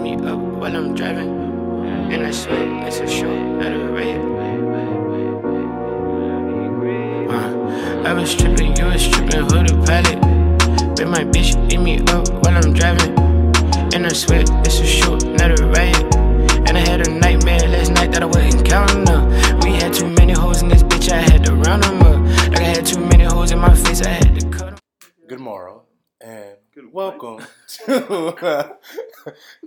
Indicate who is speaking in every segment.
Speaker 1: while I'm driving. And I swear it's a show that I'm red. Uh, I was tripping, you was tripping, who the pilot? Bet my bitch eat me up while I'm driving. And I swear it's a show, not a riot. And I had a nightmare last night that I wasn't counting up. We had too many hoes in this bitch, I had to round them up. Like I had too many hoes in my face, I had to cut them.
Speaker 2: Good morrow, and welcome to uh,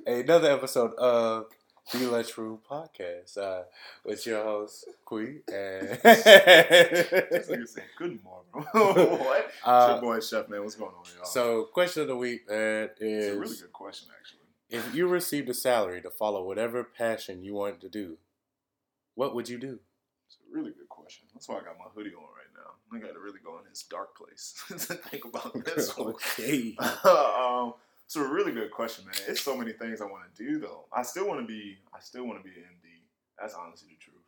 Speaker 2: another episode of the Lunch Room Podcast uh, with your host Quee and
Speaker 3: This nigga said, Good morning. what?
Speaker 2: Uh,
Speaker 3: it's your boy Chef Man. What's going on, y'all?
Speaker 2: so question of the week man
Speaker 3: it's
Speaker 2: is
Speaker 3: a really good question, actually.
Speaker 2: if you received a salary to follow whatever passion you wanted to do, what would you do?
Speaker 3: It's a really good question. That's why I got my hoodie on right now. I got to really go in this dark place to think about this one.
Speaker 2: okay.
Speaker 3: um, it's a really good question, man. It's so many things I want to do though. I still want to be. I still want to be an MD. That's honestly the truth.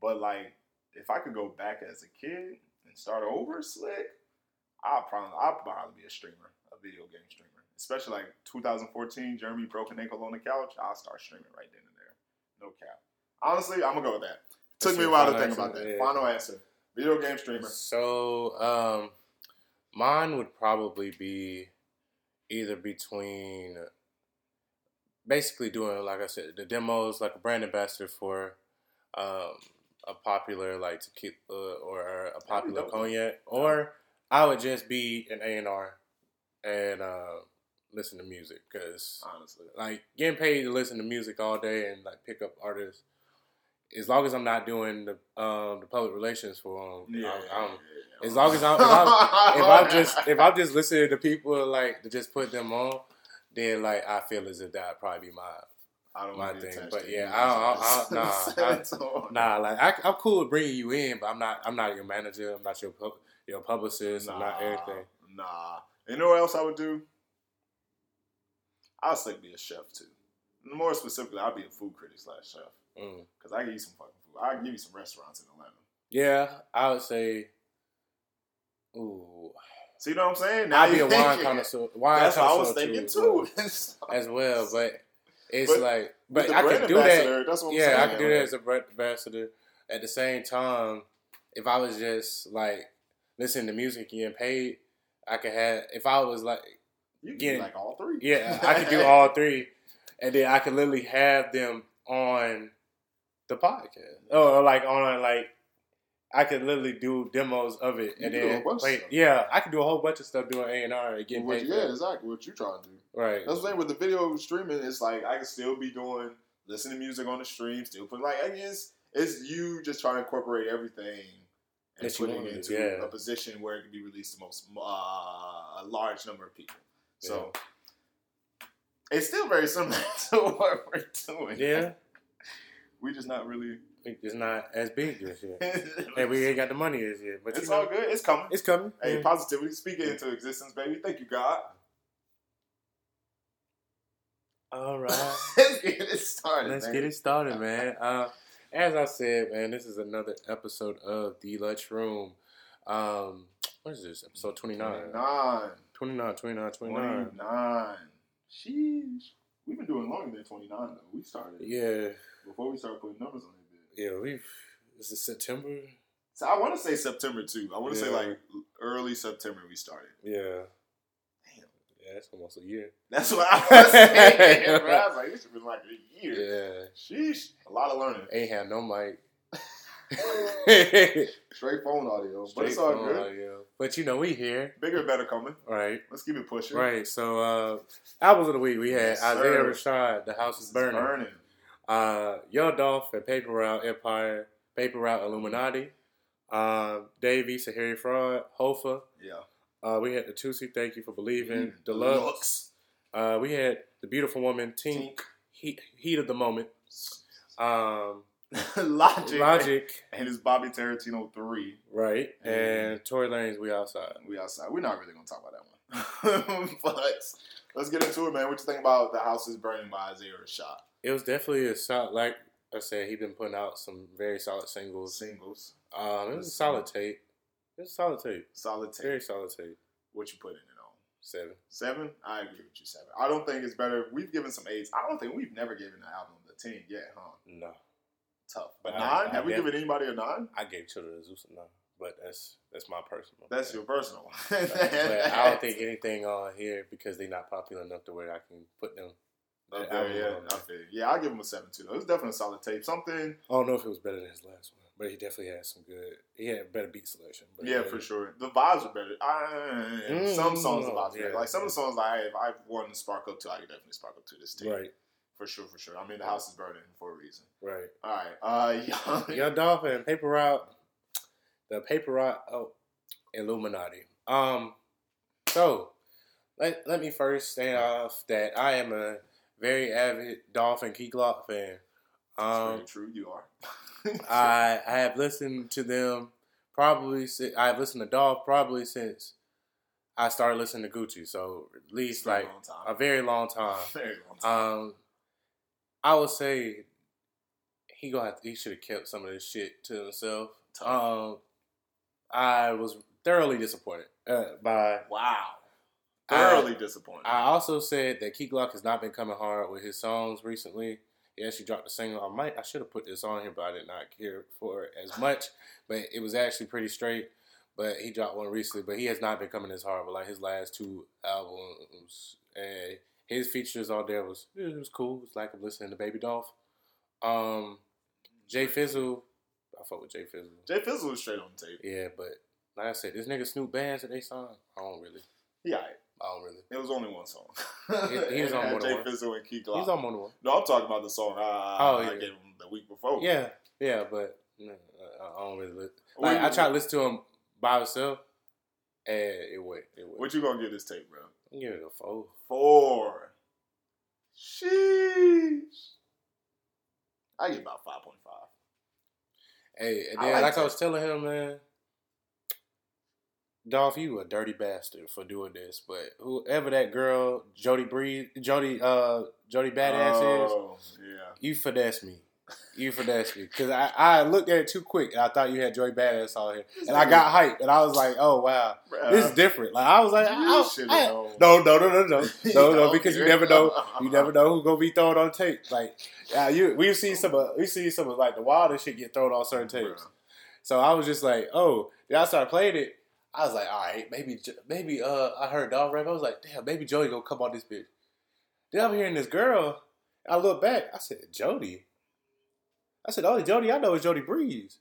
Speaker 3: But like, if I could go back as a kid and start over, slick, I'll probably I'll probably be a streamer, a video game streamer. Especially like 2014, Jeremy broke an ankle on the couch. I'll start streaming right then and there. No cap. Honestly, I'm gonna go with that. Took
Speaker 2: That's
Speaker 3: me a
Speaker 2: your
Speaker 3: while to
Speaker 2: final
Speaker 3: think about
Speaker 2: answer?
Speaker 3: that.
Speaker 2: Yeah.
Speaker 3: Final answer: video game streamer.
Speaker 2: So, um, mine would probably be either between basically doing, like I said, the demos, like a brand ambassador for um, a popular like tequila or a popular
Speaker 3: dope.
Speaker 2: cognac, or I would just be an A and R and uh, listen to music because
Speaker 3: Honestly,
Speaker 2: like getting paid to listen to music all day and like pick up artists. As long as I'm not doing the um, the public relations for them,
Speaker 3: yeah.
Speaker 2: I, I'm
Speaker 3: yeah.
Speaker 2: as long as I'm- if if
Speaker 3: Oh,
Speaker 2: I'm just if I'm just listening to people like to just put them on, then like I feel as if that'd probably be my
Speaker 3: I don't
Speaker 2: my
Speaker 3: want to
Speaker 2: thing,
Speaker 3: be attached
Speaker 2: but
Speaker 3: to
Speaker 2: yeah,
Speaker 3: you.
Speaker 2: I don't- I don't- nah, I-
Speaker 3: So-
Speaker 2: nah. Like I, I'm cool with bringing you in, but I'm not I'm not your manager. I'm not your pub, your publicist. I'm not everything.
Speaker 3: Nah. You know what else I would do? I'll slick be a chef too. More specifically, I'll be a food critic slash chef
Speaker 2: Mm.
Speaker 3: because I can eat some fucking food. I can give you some restaurants in Atlanta.
Speaker 2: Yeah, I would say. Ooh,
Speaker 3: See what I'm saying?
Speaker 2: I'd be
Speaker 3: you
Speaker 2: a wine
Speaker 3: thinking.
Speaker 2: connoisseur. Wine
Speaker 3: That's what I was
Speaker 2: connoisseur
Speaker 3: thinking
Speaker 2: as
Speaker 3: too.
Speaker 2: well- as well. But it's
Speaker 3: But
Speaker 2: like,
Speaker 3: With
Speaker 2: but
Speaker 3: the
Speaker 2: I
Speaker 3: brand
Speaker 2: can do that.
Speaker 3: ambassador, That's what I'm saying.
Speaker 2: yeah, I could do that as
Speaker 3: like,
Speaker 2: a brand ambassador. At the same time, if I was just like listening to music and getting paid, I could have. If I was like,
Speaker 3: You can
Speaker 2: yeah.
Speaker 3: do like all three.
Speaker 2: yeah, I could do all three, and then I could literally have them on the podcast or like on like. I could literally do demos of it,
Speaker 3: You
Speaker 2: and
Speaker 3: can do a
Speaker 2: then
Speaker 3: whole bunch of
Speaker 2: wait,
Speaker 3: stuff.
Speaker 2: yeah, I could do a whole bunch of stuff doing A and R and getting
Speaker 3: What-
Speaker 2: paid. for
Speaker 3: yeah,
Speaker 2: it.
Speaker 3: exactly. What you trying to do?
Speaker 2: right.
Speaker 3: That's the thing with the video streaming. It's like I can still be doing listening to music on the stream, still put like I guess it's you just trying to incorporate everything and
Speaker 2: That you
Speaker 3: putting it
Speaker 2: wanna do,
Speaker 3: into
Speaker 2: yeah.
Speaker 3: a position where it can be released to most uh, a large number of people. So it's still very similar to what we're doing.
Speaker 2: Yeah,
Speaker 3: we just not really.
Speaker 2: it's not as big this year, and we
Speaker 3: it's
Speaker 2: ain't got the money this year. But you know,
Speaker 3: all good. It's coming.
Speaker 2: It's coming.
Speaker 3: hey,
Speaker 2: Yeah.
Speaker 3: positivity, speak it into existence, baby. Thank you, God.
Speaker 2: All right.
Speaker 3: Let's get it started.
Speaker 2: Let's
Speaker 3: man.
Speaker 2: get it started, man. Uh, as I said, man, this is another episode of The Lunch Room. Um, what is this? Episode 29.
Speaker 3: 29.
Speaker 2: 29, 29, 29.
Speaker 3: 29. Sheesh. We've been doing longer than 29, though. We started
Speaker 2: Yeah.
Speaker 3: before we started putting numbers on it. Bit.
Speaker 2: Yeah, we've. Is it September?
Speaker 3: So I want to say September, too. I want to say,
Speaker 2: Yeah.
Speaker 3: like, early September we started.
Speaker 2: Yeah. Yeah, it's almost a year.
Speaker 3: That's what I was saying, bro. I was like, this has been like a year.
Speaker 2: Yeah.
Speaker 3: Sheesh. A lot of learning.
Speaker 2: Ain't had no mic.
Speaker 3: Straight phone audio. but it's
Speaker 2: Straight
Speaker 3: all
Speaker 2: phone
Speaker 3: good.
Speaker 2: audio. But you know, we here.
Speaker 3: Bigger, better coming.
Speaker 2: Right.
Speaker 3: Let's keep it pushing.
Speaker 2: Right. So, uh, albums of the week, we had
Speaker 3: Yes,
Speaker 2: Isaiah
Speaker 3: sir.
Speaker 2: Rashad, The House
Speaker 3: It's
Speaker 2: is Burning.
Speaker 3: burning.
Speaker 2: uh, Yo Dolph and Paper Route Empire, Paper Route Illuminati, um, Dave East and Harry Fraud, Hofa.
Speaker 3: Yeah.
Speaker 2: Uh, we had the Tusi, Thank You for Believing,
Speaker 3: Mm,
Speaker 2: Deluxe. Uh, we had The Beautiful Woman, Tink,
Speaker 3: Tink.
Speaker 2: Heat, Heat of the Moment, um,
Speaker 3: Logic.
Speaker 2: Logic,
Speaker 3: And it's Bobby Tarantino 3.
Speaker 2: right,
Speaker 3: Yeah.
Speaker 2: and Tory Lane's We Outside.
Speaker 3: We outside. We're not really gonna talk about that one. but let's get into it, man. What you think about the house is burning by Isaiah Rashad?
Speaker 2: It was definitely a solid, like I said, he's been putting out some very solid singles.
Speaker 3: Singles,
Speaker 2: Uh, Um, it was a solid tape. It was a solid tape.
Speaker 3: solid tape.
Speaker 2: Very solid tape.
Speaker 3: What you putting it on?
Speaker 2: Seven.
Speaker 3: Seven? I agree with you, seven. I don't think it's better. We've given some eights. I don't think we've never given an album a 10 yet, huh?
Speaker 2: No.
Speaker 3: Tough.
Speaker 2: But
Speaker 3: But
Speaker 2: I-
Speaker 3: nine?
Speaker 2: I
Speaker 3: Have we
Speaker 2: def-
Speaker 3: given anybody a nine?
Speaker 2: I gave Children of Zeus a nine, but that's that's my personal.
Speaker 3: That's your personal one.
Speaker 2: But I don't think anything on here because they're not popular enough to where I can put them.
Speaker 3: Up
Speaker 2: that album
Speaker 3: there, Oh, yeah,
Speaker 2: on
Speaker 3: I
Speaker 2: there.
Speaker 3: feel you. yeah, I'll give him a seven too. Though. It was definitely a solid tape. Something,
Speaker 2: I don't know if it was better than his last one, but he definitely had some good. He had better beat selection. But
Speaker 3: yeah, for sure. The vibes are better. I,
Speaker 2: Mm,
Speaker 3: some songs
Speaker 2: no,
Speaker 3: the vibes are better.
Speaker 2: yeah.
Speaker 3: Like some of the songs, I if I want to spark up to, I can definitely spark up to this tape
Speaker 2: Right,
Speaker 3: for sure, for sure. I mean, the house is burning for a reason.
Speaker 2: right.
Speaker 3: All right, uh, young,
Speaker 2: Young Dolphin, Paper Route, the Paper Route, oh, Illuminati. Um, so let let me first say off that I am a very avid Dolphin Key Glock fan.
Speaker 3: That's
Speaker 2: Um,
Speaker 3: very true. You are.
Speaker 2: I I have listened to them probably. si- I've listened to Dolph probably since I started listening to Gucci. So at least
Speaker 3: Been a
Speaker 2: like uh,
Speaker 3: long time.
Speaker 2: a very long time.
Speaker 3: Very long time.
Speaker 2: Um, I would say he gonna have to, he should have kept some of this shit to himself. Um, I was thoroughly disappointed uh, by.
Speaker 3: wow,
Speaker 2: I-
Speaker 3: thoroughly disappointed.
Speaker 2: I also said that Key Glock has not been coming hard with his songs recently. He actually dropped a single. I might I should have put this on here, but I did not care for it as much. But it was actually pretty straight. But he dropped one recently. But he has not been coming as hard with like his last two albums. And his features on there was it was cool. It's like I'm listening to Baby Dolph. Um, Jay Fizzle, I fuck with Jay Fizzle.
Speaker 3: Jay Fizzle was straight on the tape.
Speaker 2: Yeah, but like I said, this nigga Snoop bands that they signed, I don't really,
Speaker 3: Yeah, alright.
Speaker 2: I don't really.
Speaker 3: it was only one song.
Speaker 2: He- he was on
Speaker 3: Had
Speaker 2: more than
Speaker 3: Jay
Speaker 2: one.
Speaker 3: Fizzle and Key Glock.
Speaker 2: He's on one one.
Speaker 3: No, I'm talking about the song I,
Speaker 2: Oh,
Speaker 3: I
Speaker 2: yeah.
Speaker 3: gave him the week before.
Speaker 2: Yeah, yeah, but no, I- I don't really. Li-
Speaker 3: What-
Speaker 2: like, I try to listen to him by himself, and it went. It went.
Speaker 3: What you gonna give this tape, bro?
Speaker 2: Give it a four.
Speaker 3: Four. Sheesh. I get about five point five.
Speaker 2: Hey, and
Speaker 3: I
Speaker 2: then
Speaker 3: like
Speaker 2: like, I
Speaker 3: that.
Speaker 2: was telling him, man, Dolph, you a dirty bastard for doing this. But whoever that girl, Jody Breeze, Jody, uh, Jody Badass is,
Speaker 3: Oh, yeah.
Speaker 2: You finessed me. You finessed me because I, I looked at it too quick and I thought you had Joy Badass on here, and I got hyped and I was like, oh wow,
Speaker 3: Bruh.
Speaker 2: this is different. Like I was like, I,
Speaker 3: Uh, You
Speaker 2: I-
Speaker 3: should
Speaker 2: I-
Speaker 3: have known.
Speaker 2: no, no, no, no, no, no, no,
Speaker 3: Don't
Speaker 2: because you
Speaker 3: care.
Speaker 2: never know, you never know who gonna be thrown on tape. Like yeah, you we've seen some of we've seen some of like the wildest shit get thrown on certain tapes.
Speaker 3: Bruh.
Speaker 2: So I was just like, oh, then I started playing it. I was like, all right, maybe, Jo- maybe, uh, I heard dog rap. I was like, damn, maybe Jody gonna come on this bitch. Then I'm hearing this girl. I look back. I said, Jody. I said, the only Jody I know is Jody Breeze.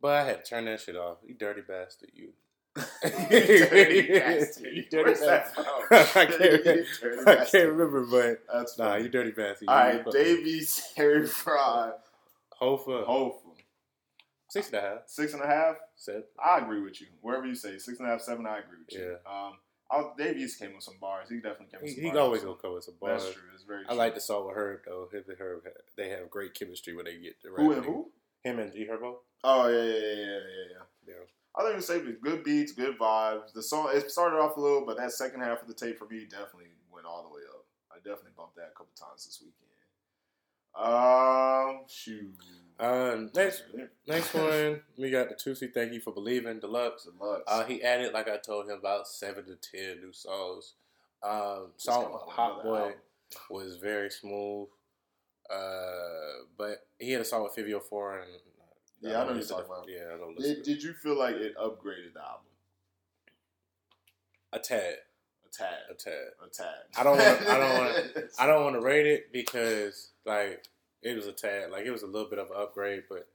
Speaker 2: But I had to turn that shit off. You dirty bastard, you.
Speaker 3: You dirty bastard.
Speaker 2: You dirty
Speaker 3: Where's that
Speaker 2: bastard.
Speaker 3: from?
Speaker 2: I can't
Speaker 3: You
Speaker 2: remember.
Speaker 3: dirty
Speaker 2: I can't
Speaker 3: bastard.
Speaker 2: remember, but
Speaker 3: That's
Speaker 2: nah,
Speaker 3: fine.
Speaker 2: you dirty bastard.
Speaker 3: All right, Davies, Harry Fry,
Speaker 2: Hofa,
Speaker 3: Hopeful.
Speaker 2: six and a half,
Speaker 3: Six and a half.
Speaker 2: seven.
Speaker 3: I agree with you. Wherever you say six and a half, seven, I agree with you. Um, I, Dave East came with some bars. He definitely came with
Speaker 2: He,
Speaker 3: some
Speaker 2: he
Speaker 3: bars.
Speaker 2: always gonna come with some bars.
Speaker 3: That's true. It's very.
Speaker 2: I
Speaker 3: true.
Speaker 2: like the song with Herb though. Him and Herb, they have great chemistry when they get to
Speaker 3: who
Speaker 2: rapping.
Speaker 3: and who.
Speaker 2: Him and G Herbo.
Speaker 3: Oh yeah, yeah, yeah, yeah, yeah, yeah.
Speaker 2: Yeah.
Speaker 3: I think the tape is good beats, good vibes. The song it started off a little, but that second half of the tape for me definitely went all the way up. I definitely bumped that a couple times this weekend. Um, shoot.
Speaker 2: Um, next, next one, we got the Tusi. Thank you for believing deluxe.
Speaker 3: Deluxe.
Speaker 2: Uh, he added, like I told him, about seven to ten new songs. Um,
Speaker 3: Just come
Speaker 2: song
Speaker 3: out with
Speaker 2: Hot
Speaker 3: another
Speaker 2: Boy
Speaker 3: album.
Speaker 2: was very smooth. Uh, but he had a song with Fivio Four and
Speaker 3: Yeah, I know
Speaker 2: don't
Speaker 3: you're
Speaker 2: listen to-
Speaker 3: talking about.
Speaker 2: Yeah, I don't listen.
Speaker 3: Did,
Speaker 2: to-
Speaker 3: did you feel like it upgraded the album
Speaker 2: A tad,
Speaker 3: a tad?
Speaker 2: a tad.
Speaker 3: A tad.
Speaker 2: I don't wanna- I don't wanna- I don't want to rate it because like it was a tad, like it was a little bit of an upgrade, but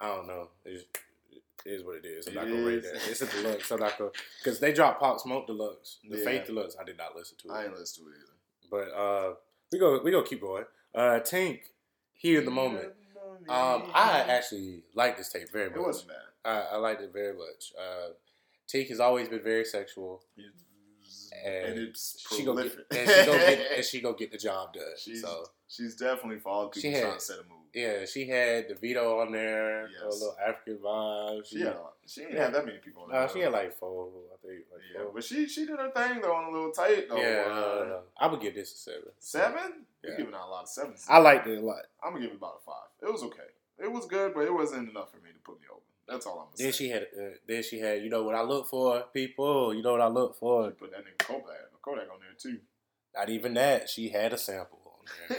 Speaker 2: I don't know. It's, it is what it is. I'm not
Speaker 3: It
Speaker 2: gonna rate
Speaker 3: is.
Speaker 2: that. It's a deluxe. I'm not gonna because they dropped Pop Smoke deluxe, the
Speaker 3: Yeah.
Speaker 2: Faith deluxe. I did not listen to
Speaker 3: I
Speaker 2: it,
Speaker 3: ain't listen to it either.
Speaker 2: but uh, we go we gonna keep going. Uh, Tink, here in the moment. Um, I actually like this tape very much.
Speaker 3: It wasn't bad.
Speaker 2: I, I liked it very much. Uh, Tink has always been very sexual.
Speaker 3: It's-
Speaker 2: And
Speaker 3: and it's
Speaker 2: She go get,
Speaker 3: prolific.
Speaker 2: and she go get and she go get the job done.
Speaker 3: she's,
Speaker 2: so
Speaker 3: she's definitely for all the
Speaker 2: She
Speaker 3: people
Speaker 2: had-
Speaker 3: trying to set a move.
Speaker 2: Yeah, she had DeVito on there,
Speaker 3: Yes.
Speaker 2: a little African vibe.
Speaker 3: She had, she didn't have that many people. on
Speaker 2: nah,
Speaker 3: that
Speaker 2: she had like four, I think. Like
Speaker 3: yeah,
Speaker 2: four.
Speaker 3: but she she did her thing though on a little tight though.
Speaker 2: yeah, no,
Speaker 3: Uh,
Speaker 2: no, no. I would give this a seven.
Speaker 3: seven.
Speaker 2: Yeah.
Speaker 3: You're giving out a lot of sevens.
Speaker 2: I liked it a lot.
Speaker 3: I'm gonna give it about a five. It was okay. It was good, but it wasn't enough for me to put me over. That's all I'm
Speaker 2: Then
Speaker 3: saying.
Speaker 2: she had, uh, then she had, you know what I look for, people. You know what I look for.
Speaker 3: put that nigga Kodak, Kodak on there too.
Speaker 2: Not even that. She had a sample on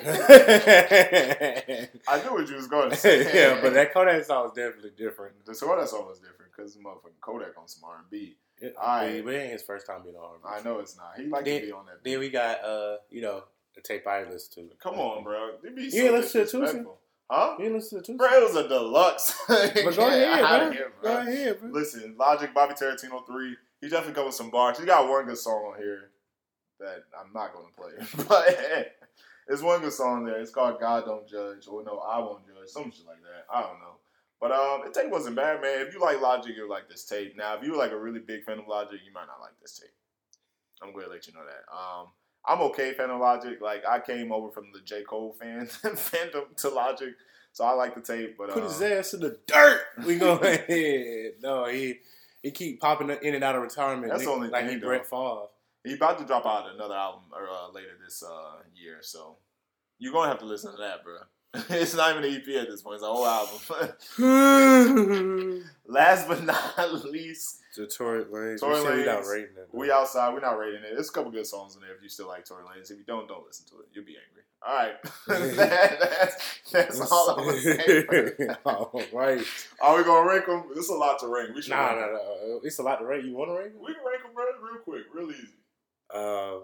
Speaker 2: there.
Speaker 3: I knew what you was going to say.
Speaker 2: yeah, but that Kodak song was definitely different.
Speaker 3: the Kodak song was different because motherfucking Kodak on some R and B.
Speaker 2: It,
Speaker 3: Aight.
Speaker 2: but it ain't his first time being on
Speaker 3: I
Speaker 2: R&B.
Speaker 3: know it's not. He like
Speaker 2: Then-
Speaker 3: to be on that.
Speaker 2: Then we got, uh, you know, the tape I listen to.
Speaker 3: Come on, bro. You be
Speaker 2: You ain't
Speaker 3: so
Speaker 2: listen to Tusi?
Speaker 3: disrespectful. Huh?
Speaker 2: You listen to
Speaker 3: Bro, it was a deluxe. but
Speaker 2: But go ahead, bro.
Speaker 3: bro.
Speaker 2: Go ahead, bro.
Speaker 3: Listen, Logic, Bobby Tarantino three. He definitely got with some bars. He got one good song on here that I'm not gonna play, but it's one good song there. It's called "God Don't Judge" or "No, I Won't Judge," some shit like that. I don't know. But um, the tape wasn't bad, man. If you like Logic, you'll like this tape. Now, if you're like a really big fan of Logic, you might not like this tape. I'm going to let you know that. Um, I'm okay fan of Logic. Like I came over from the J Cole fan fandom to Logic, so I like the tape. But
Speaker 2: Put
Speaker 3: um,
Speaker 2: his ass in the dirt. We go ahead. No, he he keep popping in and out of retirement.
Speaker 3: That's the
Speaker 2: nigga,
Speaker 3: only
Speaker 2: like
Speaker 3: thing,
Speaker 2: he
Speaker 3: though.
Speaker 2: Brett Favre.
Speaker 3: He about to drop out another album or, uh, later this uh, year, so you're gonna have to listen to that, bro. it's not even an EP at this point; it's a whole album. Last but not least,
Speaker 2: The Tory Lanez.
Speaker 3: Tory
Speaker 2: We said we not
Speaker 3: Lanez.
Speaker 2: rating it. though.
Speaker 3: we outside. We're not rating it. There's a couple good songs in there. If you still like Tory Lanez, if you don't, don't listen to it. You'll be angry. All right, That- that's that's all I'm gonna say. bro.
Speaker 2: all right.
Speaker 3: Are we gonna rank them? It's a lot to rank. We should.
Speaker 2: Nah,
Speaker 3: rank
Speaker 2: nah,
Speaker 3: 'em.
Speaker 2: nah. It's a lot to rate. You want to rate? it?
Speaker 3: We can rank them bro, real quick, real easy.
Speaker 2: Uh,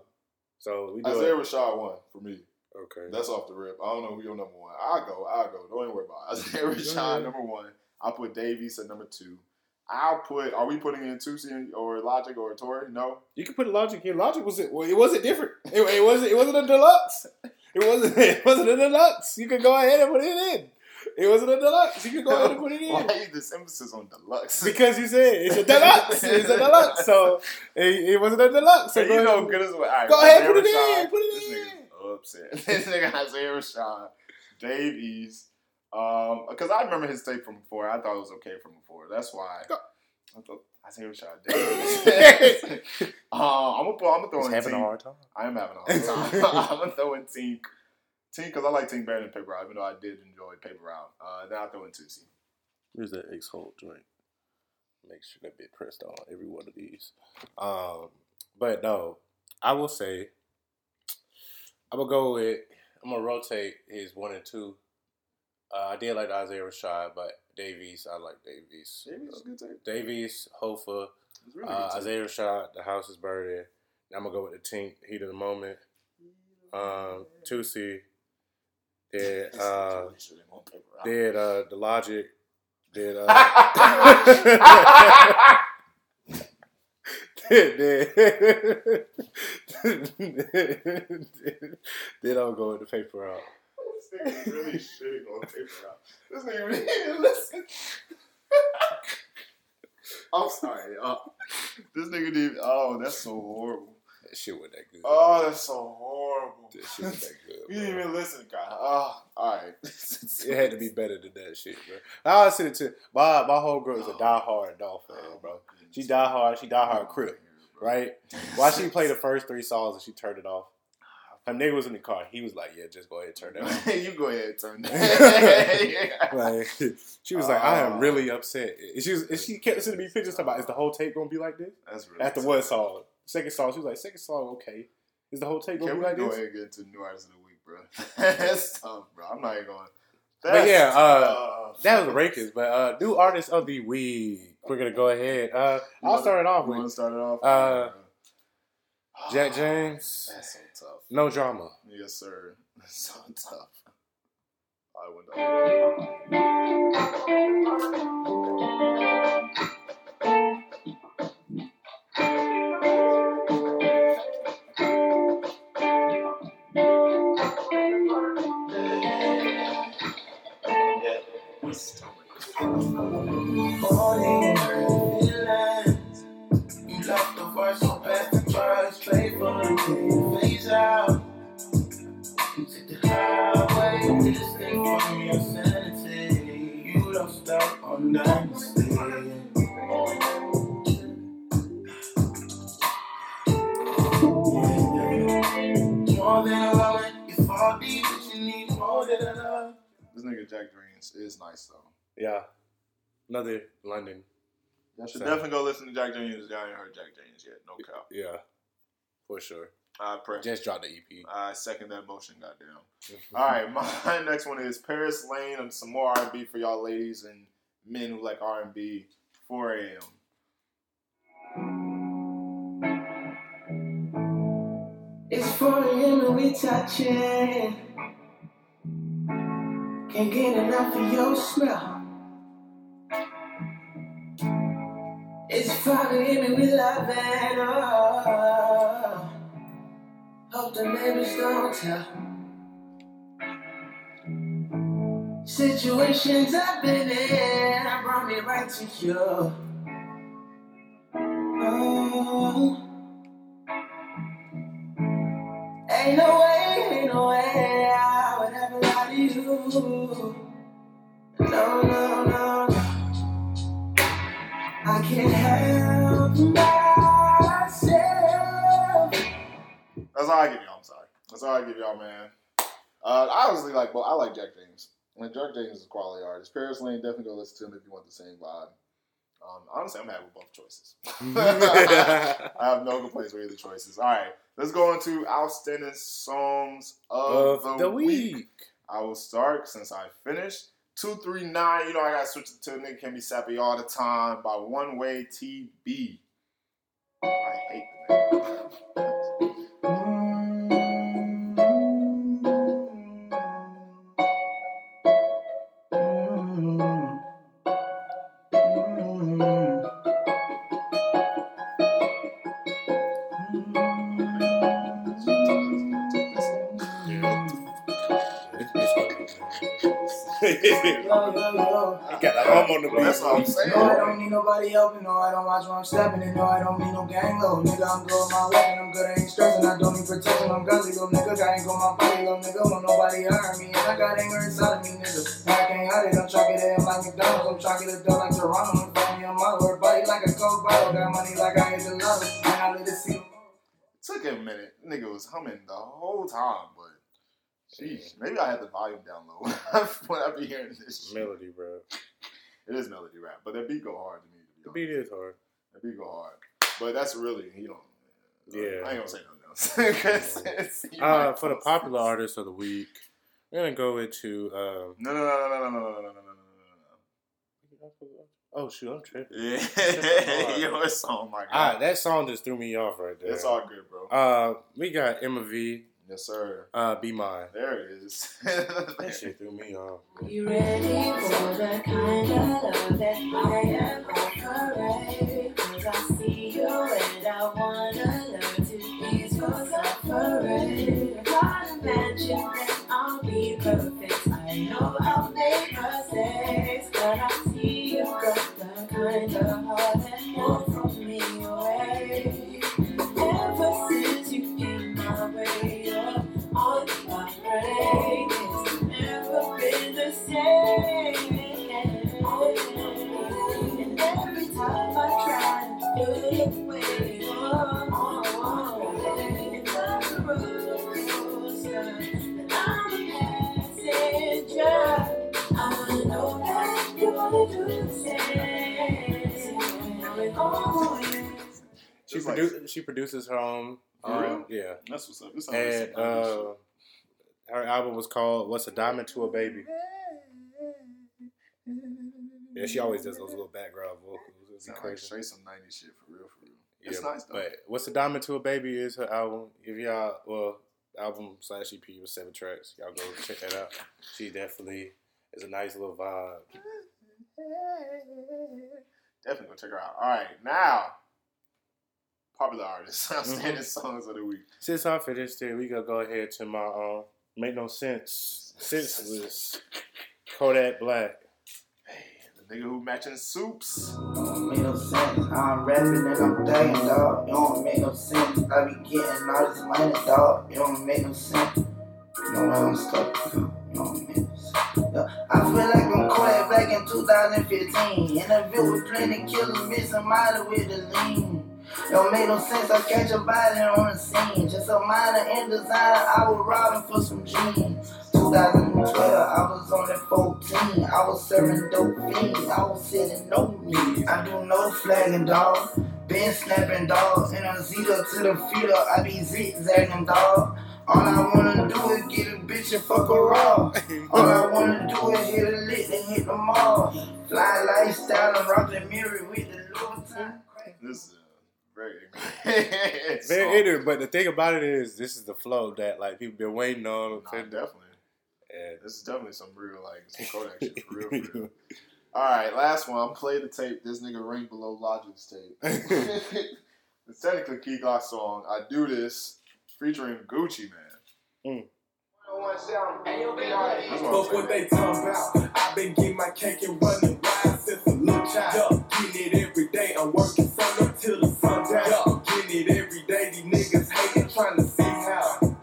Speaker 2: so we do.
Speaker 3: Isaiah
Speaker 2: it.
Speaker 3: Rashad one for me.
Speaker 2: Okay.
Speaker 3: That's off the rip. I don't know who your number one. I'll go. I'll go. Don't even worry about it. Isaiah Rashad, number one. I'll put Davies at number two. I'll put, are we putting in Tusi or Logic or Tory? No.
Speaker 2: You can put Logic here. Logic was it? Well, it wasn't different. It, it wasn't. It wasn't a deluxe. It wasn't. It wasn't a deluxe. You can go ahead and put it in. It wasn't a deluxe. You can go ahead and put it
Speaker 3: Why
Speaker 2: in.
Speaker 3: is this emphasis on deluxe?
Speaker 2: Because you said it's a deluxe, it's a deluxe, so it, it wasn't a deluxe. So
Speaker 3: so
Speaker 2: go
Speaker 3: you know
Speaker 2: ahead.
Speaker 3: good as well. All right,
Speaker 2: Go ahead,
Speaker 3: Isaiah
Speaker 2: put it
Speaker 3: Rashad.
Speaker 2: in, put it
Speaker 3: this
Speaker 2: in.
Speaker 3: Nigga's upset. this nigga Isaiah Rashad, Davies. Um, because I remember his tape from before. I thought it was okay from before. That's why.
Speaker 2: Go.
Speaker 3: I thought Isaiah Rashad, Davies. um, I'm gonna put. I'm gonna throw in T.
Speaker 2: time.
Speaker 3: I am having a hard time. I'm gonna throw in Tink. Tink, because I like Tink better than Paper Route, even though I did enjoy Paper Route. Uh, then I'll throw in Tusi.
Speaker 2: Here's that X hole joint. Make sure that bit pressed on every one of these. Um, but no, I will say I'm gonna go with I'm gonna rotate his one and two. Uh, I did like Isaiah Rashad, but Davies, I like Davies.
Speaker 3: Davies is a good tape.
Speaker 2: Davies, Hofa,
Speaker 3: It's really
Speaker 2: uh,
Speaker 3: good tape.
Speaker 2: Isaiah Rashad, the house is burning. I'm gonna go with the Tink, heat of the moment. Um, Tusi, then
Speaker 3: This nigga
Speaker 2: uh,
Speaker 3: totally shouldn't want Paper Route.
Speaker 2: then uh, the Logic, then uh,
Speaker 3: I
Speaker 2: then, then I'll go with the paper out.
Speaker 3: am sorry. y'all. this nigga did. Oh, that's so horrible.
Speaker 2: That shit wasn't that good.
Speaker 3: Oh, that's so horrible.
Speaker 2: that shit wasn't that
Speaker 3: You
Speaker 2: good.
Speaker 3: didn't
Speaker 2: bro.
Speaker 3: even listen, God. Oh, all right.
Speaker 2: It had to be better than that shit, bro. I'll send it to my my whole girl is a diehard Dolphin,
Speaker 3: Oh,
Speaker 2: bro. She diehard, she diehard Crip, right? Why she played the first three songs and she turned it off? Her nigga was in the car. He was like, "Yeah, just go ahead, and turn that off."
Speaker 3: you go ahead and turn that.
Speaker 2: Like she was like, "I
Speaker 3: Oh.
Speaker 2: am really upset." And she was, and she kept sending me pictures talking about, "Is the whole tape gonna be like this?"
Speaker 3: That's really
Speaker 2: After
Speaker 3: tough.
Speaker 2: one song, second song, she was like, second song, okay. Is the whole take
Speaker 3: Can
Speaker 2: going
Speaker 3: we
Speaker 2: like
Speaker 3: go
Speaker 2: this?
Speaker 3: ahead and get into new artists of the week, bro? That's tough, bro. I'm not even going.
Speaker 2: But yeah, uh, That was rankings, but uh, new artist of the week. We're gonna go ahead. Uh, I'll start it off
Speaker 3: You want to
Speaker 2: with
Speaker 3: start it off?
Speaker 2: Uh,
Speaker 3: Ah.
Speaker 2: Jack James.
Speaker 3: That's so tough.
Speaker 2: No Drama.
Speaker 3: Yes, sir. That's so tough. I went down.
Speaker 4: Falling hurt feelings. You left the worst on past the first. Play for the team, phase out. You took the highway to the state from your sanity. You lost out on that mistake. More than a woman, you fall deep, but you need more than a love.
Speaker 3: This nigga Jack Dreams is nice though.
Speaker 2: Yeah. Another London.
Speaker 3: Y'all should
Speaker 2: So-
Speaker 3: definitely go listen to Jack Daniels. Y'all ain't heard Jack Daniels yet. No cow.
Speaker 2: Yeah, for sure.
Speaker 3: I pray.
Speaker 2: Just dropped the E EP.
Speaker 3: I second that motion. Goddamn. All right, my next one is Paris Lane and some more R&B for y'all ladies and men who like R&B. 4 a.m.
Speaker 4: It's 4 a.m. and we touching. Can't get enough of your smell. It's 5 a.m. and we love it all. Hope the neighbors don't tell. Situations I've been in, I brought me right to you. Oh. Ain't no way, ain't no way I would ever lie to you. No, no, no. I can't help myself.
Speaker 3: That's all I give y'all. I'm sorry. That's all I give y'all, man. Uh, I honestly like, well, I like Jack James. And Jack James is a quality artist. Paris Lane, definitely go listen to him if you want the same vibe. Um, honestly, I'm happy with both choices. I have no complaints with either choices. All right, let's go on to outstanding songs of,
Speaker 2: of
Speaker 3: Uh, the,
Speaker 2: the
Speaker 3: week.
Speaker 2: week.
Speaker 3: I will start since I finished. 239, you know I gotta switch it to a nigga can be sappy all the time by one way TB. I hate the
Speaker 2: It's- it's-
Speaker 4: Yo, yo,
Speaker 2: He
Speaker 4: yo.
Speaker 2: got a hum on the
Speaker 3: name. That's all I'm
Speaker 2: beat.
Speaker 3: saying.
Speaker 4: No, I don't need nobody helping. No, I don't watch where I'm stepping. And no, I don't need no gang low. Nigga, I'm good with my life and I'm good. I ain't stressing. I don't need protection. I'm gutsy, little nigga. I ain't go my body, little nigga. Won't nobody hurt me. And I got anger inside of me, nigga. And I can't hide it. I'm chocolate at like McDonald's. I'm chocolate at like Toronto. I'm from your model. Her body like a coke bottle. Got money like I hit the lotto. And I let it see.
Speaker 3: Took a minute. Nigga was humming the whole time, but jeez, maybe I had the volume down low when I be hearing this. Shit.
Speaker 2: Melody, bro.
Speaker 3: It is melody rap, but that beat go hard to me.
Speaker 2: The
Speaker 3: To be honest.
Speaker 2: beat is hard.
Speaker 3: That beat go hard, but that's really you know.
Speaker 2: Yeah.
Speaker 3: I ain't gonna say nothing else. 'Cause it's- you
Speaker 2: Uh,
Speaker 3: might
Speaker 2: for the
Speaker 3: close
Speaker 2: popular
Speaker 3: this.
Speaker 2: artist of the week, we're gonna go into. Um,
Speaker 3: No, no, no, no, no, no, no, no, no, no, no, no, no.
Speaker 2: oh shoot, I'm tripping.
Speaker 3: Yeah, yo, it's on my god.
Speaker 2: Ah, that song just threw me off right there.
Speaker 3: It's all good, bro.
Speaker 2: Uh, we got Emma V.
Speaker 3: yes, sir.
Speaker 2: Uh, Be Mine.
Speaker 3: There it is.
Speaker 2: That shit threw me off.
Speaker 5: Are you ready for the kind of love that I am offering? Cause I see you and I wanna learn to ease your suffering. Can't imagine that I'll be perfect. I know I'll make mistakes, but I see you got the kind of heart that won't throw me away. Ever since you came my way, oh, you're all my brain has never been the same. And every time I try to do it way, oh, it's a roller coaster. But I'm a passenger. I know that you'll do the same. We're going.
Speaker 2: She
Speaker 3: Just like-
Speaker 2: produ- she produces her own.
Speaker 3: For Oh,
Speaker 2: um, yeah,
Speaker 3: That's what's up. It's
Speaker 2: and uh, her album was called "What's a Diamond to a Baby." Yeah, she always does those little background vocals. It's
Speaker 3: Sound like
Speaker 2: crazy.
Speaker 3: straight some 90s shit for real, for real.
Speaker 2: Yeah,
Speaker 3: it's nice though.
Speaker 2: but "What's a Diamond to a Baby" is her album. If y'all, well, album slash EP with seven tracks, y'all go check that out. She definitely is a nice little vibe.
Speaker 3: Definitely go check her out. All right, now popular artists,
Speaker 2: Mm-hmm.
Speaker 3: outstanding songs of the week.
Speaker 2: Since I finished it, we gonna go ahead to my um, make no sense, senseless Kodak Black.
Speaker 3: Hey, the nigga who matching soups.
Speaker 4: don't make no sense. I'm rapping and I'm dying, dog. It don't make no sense. I be getting all this money, dog. It don't make no sense. You know what I'm stuck with? You know what I mean? I feel like I'm Kodak back in 2015. In a view with plenty killers, missing minor with the lean. Don't make no sense, I catch a body on the scene. Just a minor in designer, I was robbing for some jeans. 2012, I was on at 14. I I was serving dope fiends. I was sitting no meat. I do no flagging, dog. Been snapping, dog. And I'm zeta to the feet up. I be zigzagging, dog. All I wanna do is get a bitch and fuck her raw. All I wanna do is hit a lick and hit the mall. Fly lifestyle, I'm rocking mirror with the Louboutin.
Speaker 3: This is a very ignorant song.
Speaker 2: Very ignorant, but the thing about it is, this is the flow that like people been waiting on.
Speaker 3: Nah, definitely.
Speaker 2: And
Speaker 3: This is definitely some real, like, some Kodak shit for real. For real. All right, last one. I'm playing the tape. This nigga ring below Logic's tape. it's technically Key Glock song. I do this featuring Gucci man. That's what I'm
Speaker 6: Fuck
Speaker 3: saying.
Speaker 6: what they talking about. I've been getting my cake and running wild since a little child. Yeah, getting it every day. I'm working sun up till the sundown. Yeah, getting it every day. These niggas hating, trying to see how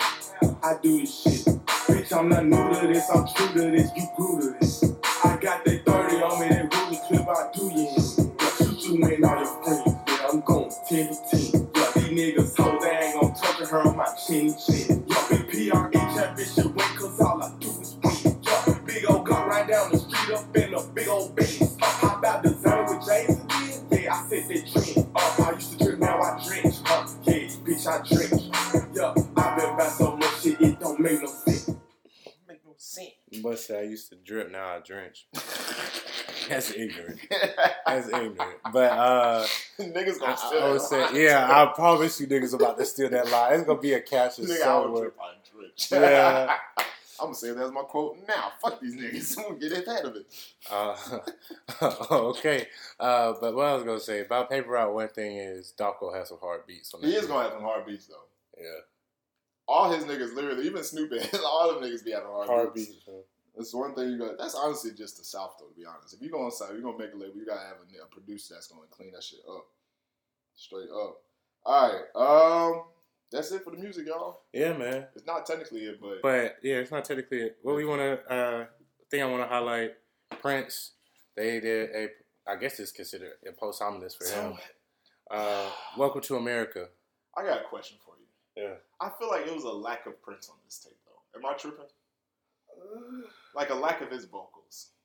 Speaker 6: I do this shit. Bitch, I'm not new to this. I'm true to this. You grew to this. I got that 30 on me. That ruler clip, I do you in. Yeah, you two ain't all your friends. Yeah, I'm going 10 to 10. Yeah, these niggas hoes, they ain't gon' touch her on my chin chin. Yeah, big E, PRE championship win, cause all I do is win. Yeah, big old car right down the street up in a big old Benz. Uh, how about design with Jason? Yeah, I said that trend. Uh, I used to drink, now I drench. Uh, yeah, bitch, I drench. Yeah, I've been about so much shit, it don't make no sense.
Speaker 3: Make no sense.
Speaker 2: But say I used to drip, now I drench. That's ignorant. That's ignorant. But uh,
Speaker 3: Niggas
Speaker 2: I,
Speaker 3: gonna steal.
Speaker 2: I would
Speaker 3: that
Speaker 2: say,
Speaker 3: line.
Speaker 2: yeah, I promise you, niggas about to steal that line. It's gonna be a caption
Speaker 3: Nigga, I would
Speaker 2: somewhere.
Speaker 3: drip on Twitch.
Speaker 2: Yeah.
Speaker 3: I'm gonna say that's my quote now. Fuck these niggas. I'm gonna get ahead of it.
Speaker 2: Uh, okay. Uh, but what I was gonna say about paper route, one thing is Doco has some hard beats. On
Speaker 3: He
Speaker 2: that
Speaker 3: is gonna have some hard beats though.
Speaker 2: yeah,
Speaker 3: All his niggas, literally, even Snoop, and all them niggas be having hard,
Speaker 2: hard
Speaker 3: beats.
Speaker 2: beats.
Speaker 3: That's one thing you got. That's honestly just the South, though. To be honest, if you go on South, you gonna make a label. You gotta have a, a producer that's gonna clean that shit up, straight up. All right, um, that's it for the music, y'all.
Speaker 2: Yeah, man.
Speaker 3: It's not technically it, but,
Speaker 2: But yeah, it's not technically it. What we want to uh, thing I want to highlight Prince. They did a. I guess it's considered a posthumous for him. Uh, Welcome to America.
Speaker 3: I got a question for you.
Speaker 2: Yeah.
Speaker 3: I feel like it was a lack of Prince on this tape, though. Am I tripping? Like a lack of his vocals.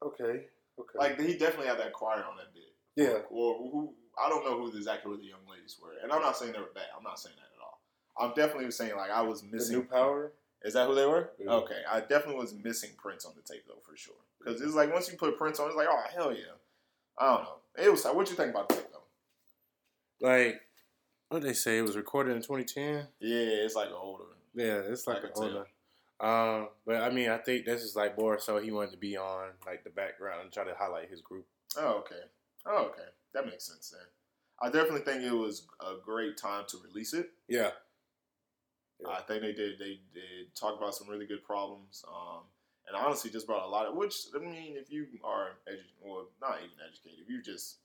Speaker 2: Okay. Okay.
Speaker 3: Like he definitely had that choir on that bit.
Speaker 2: yeah.
Speaker 3: Or who? I don't know who exactly who the young ladies were, and I'm not saying they were bad. I'm not saying that at all. I'm definitely saying like I was
Speaker 2: The
Speaker 3: missing
Speaker 2: new power.
Speaker 3: Is that who they were?
Speaker 2: Yeah.
Speaker 3: Okay, I definitely was missing Prince on the tape though for sure. Because it's like once you put Prince on, it's like oh hell yeah. I don't know. It was. What you think about the tape though?
Speaker 2: Like what they say, it was recorded in 2010.
Speaker 3: Yeah, it's like older.
Speaker 2: Yeah, it's
Speaker 3: I
Speaker 2: like an
Speaker 3: could
Speaker 2: older. Um, but I mean, I think this is like more so he wanted to be on like the background and try to highlight his group.
Speaker 3: Oh okay. Oh okay. That makes sense then. I definitely think it was a great time to release it.
Speaker 2: Yeah, Yeah.
Speaker 3: I think they did. They did talk about some really good problems, um, and honestly, just brought a lot of. Which I mean, if you are edu- well, not even educated, if you just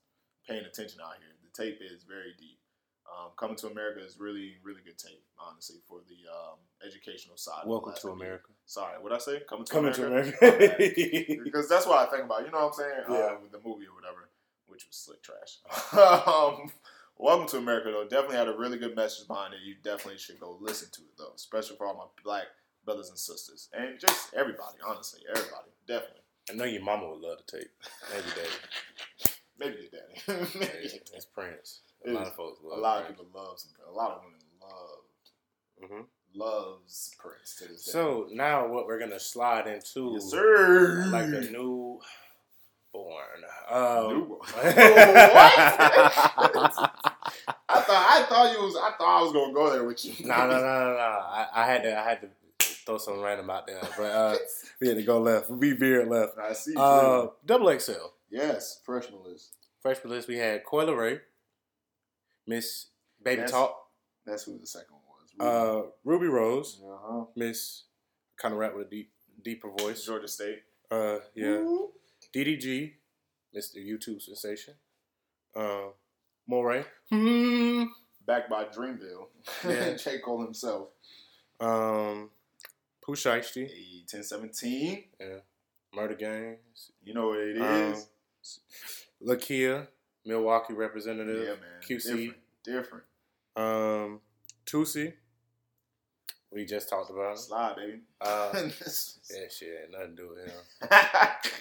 Speaker 3: paying attention out here, the tape is very deep. Um, Coming to America is really, really good tape, honestly, for the um, educational side. of
Speaker 2: welcome
Speaker 3: the
Speaker 2: to
Speaker 3: last year.
Speaker 2: America.
Speaker 3: Sorry, what I say? Coming to
Speaker 2: Coming to
Speaker 3: America.
Speaker 2: America.
Speaker 3: because that's what I think about. You know what I'm saying?
Speaker 2: Yeah.
Speaker 3: Uh, with the movie or whatever, which was slick trash. um, Welcome to America, though. Definitely had a really good message behind it. You definitely should go listen to it, though, especially for all my black brothers and sisters, and just everybody. Honestly, everybody, definitely.
Speaker 2: I know your mama would love to tape. Maybe daddy.
Speaker 3: Maybe your daddy. Maybe your daddy.
Speaker 2: It's Prince. A
Speaker 3: It
Speaker 2: lot
Speaker 3: is.
Speaker 2: of folks love.
Speaker 3: A lot of people love. Some, a lot of women
Speaker 2: hmm
Speaker 3: love loves Prince to this day.
Speaker 2: So now what we're gonna slide into?
Speaker 3: yes, sir.
Speaker 2: Like a new born. Um,
Speaker 3: New one. what? I thought I thought you was I thought I was gonna go there with you.
Speaker 2: No, no, no, no, no. I, I had to, I had to throw some random out there, but uh, we had to go left. We veered left.
Speaker 3: I see.
Speaker 2: Uh,
Speaker 3: clearly.
Speaker 2: double XL.
Speaker 3: yes, freshman list.
Speaker 2: Freshman list. We had Coyle Ray, Miss Baby
Speaker 3: That's-
Speaker 2: Talk,
Speaker 3: That's who the second one was.
Speaker 2: uh, Ruby Rose,
Speaker 3: uh-huh.
Speaker 2: Miss kind of rap with a deep, deeper voice.
Speaker 3: Georgia State.
Speaker 2: Uh, yeah. DDG, Mr. YouTube sensation. Uh, Moray. Um,
Speaker 3: Backed by Dreamville.
Speaker 2: Yeah.
Speaker 3: J. Cole himself.
Speaker 2: Um, Pooh Shiesty,
Speaker 3: Hey, 1017.
Speaker 2: Murder Gangs,
Speaker 3: You know what it
Speaker 2: Um,
Speaker 3: is.
Speaker 2: Lakia, Milwaukee
Speaker 3: yeah,
Speaker 2: representative.
Speaker 3: man.
Speaker 2: QC.
Speaker 3: Different. Different.
Speaker 2: Um, Tusi. Um, We just talked about him.
Speaker 3: Slide, baby.
Speaker 2: Uh, yeah, shit, had nothing to do with him. Uh,
Speaker 3: I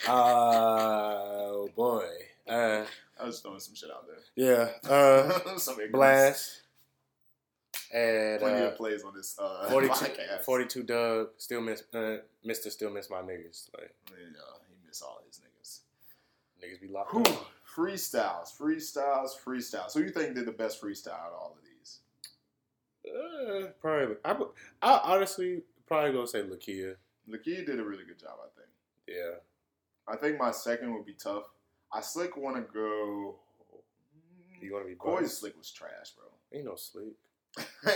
Speaker 2: Oh boy. Uh,
Speaker 3: was throwing some shit out there.
Speaker 2: yeah. Uh,
Speaker 3: some ignorance.
Speaker 2: blast. And
Speaker 3: Plenty
Speaker 2: uh,
Speaker 3: of plays on this uh,
Speaker 2: 42,
Speaker 3: podcast.
Speaker 2: 42 Doug still miss uh, Mister still miss my niggas. Like
Speaker 3: Man, uh, he missed all his niggas.
Speaker 2: niggas be locked
Speaker 3: Whew.
Speaker 2: up.
Speaker 3: Freestyles, freestyles, freestyles. Who you think did the best freestyle out of all of these?
Speaker 2: Uh, probably. I, would- I honestly probably gonna say Lakia.
Speaker 3: Lakia did a really good job, I think.
Speaker 2: Yeah.
Speaker 3: I think my second would be tough. I slick want to go.
Speaker 2: You wanna be
Speaker 3: Corey
Speaker 2: biased?
Speaker 3: Slick was trash, bro.
Speaker 2: Ain't no sleep.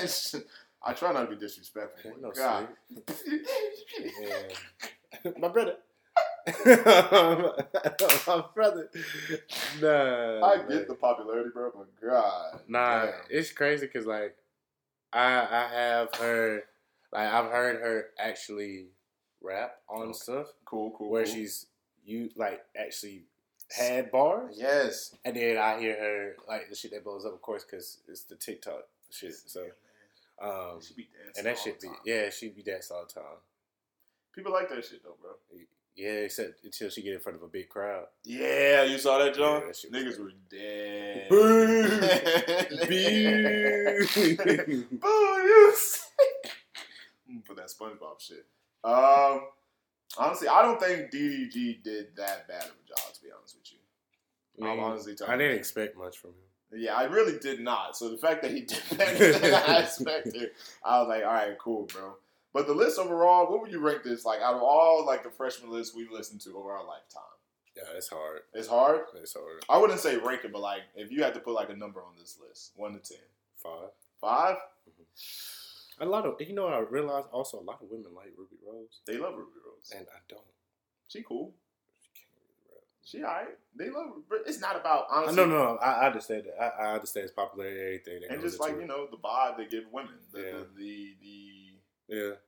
Speaker 3: I try not to be disrespectful.
Speaker 2: Ain't
Speaker 3: but
Speaker 2: no
Speaker 3: God.
Speaker 2: sleep.
Speaker 3: Eh,
Speaker 2: Yeah. my brother. my brother. Nah.
Speaker 3: I
Speaker 2: like-
Speaker 3: get the popularity, bro, but God.
Speaker 2: Nah,
Speaker 3: damn.
Speaker 2: it's crazy because like I I have heard like I've heard her actually rap on
Speaker 3: Okay.
Speaker 2: stuff
Speaker 3: Cool, cool.
Speaker 2: where
Speaker 3: cool.
Speaker 2: she's you like actually had bars,
Speaker 3: Yes.
Speaker 2: and then I hear her like the shit that blows up, of course, because it's the TikTok shit. So um,
Speaker 3: She be dancing.
Speaker 2: and that
Speaker 3: all
Speaker 2: shit be
Speaker 3: the time.
Speaker 2: yeah, she be dancing all the time.
Speaker 3: People like that shit, though, bro.
Speaker 2: Yeah, except until she get in front of a big crowd.
Speaker 3: Yeah, you saw that, John?
Speaker 2: Yeah, that shit was
Speaker 3: Niggas were dead.
Speaker 2: Boo!
Speaker 3: Boo, you sick. I'm gonna put that SpongeBob shit. Um, honestly, I don't think DDG did that bad of a job, to be honest with you. I'm honestly talking.
Speaker 2: I didn't expect much from him.
Speaker 3: Yeah, I really did not. So the fact that he did better than I expected, I was like, all right, cool, bro. But the list overall, what would you rank this? Like out of all like the freshman list we've listened to over our lifetime,
Speaker 2: Yeah, it's hard.
Speaker 3: it's hard.
Speaker 2: It's hard.
Speaker 3: I wouldn't say rank it, but like if you had to put like a number on this list, one to ten,
Speaker 2: Five.
Speaker 3: five,
Speaker 2: A lot of you know what I realized also a lot of women like Ruby Rose
Speaker 3: they love Ruby Rose.
Speaker 2: and I don't.
Speaker 3: She cool.
Speaker 2: She can't really rap.
Speaker 3: She alright. They love her, but it's not about honestly.
Speaker 2: I no no I, I understand that I, I understand it's popular and everything. that
Speaker 3: And
Speaker 2: goes
Speaker 3: just
Speaker 2: into
Speaker 3: like you know the vibe they give women, the
Speaker 2: Yeah.
Speaker 3: the, the, the
Speaker 2: it.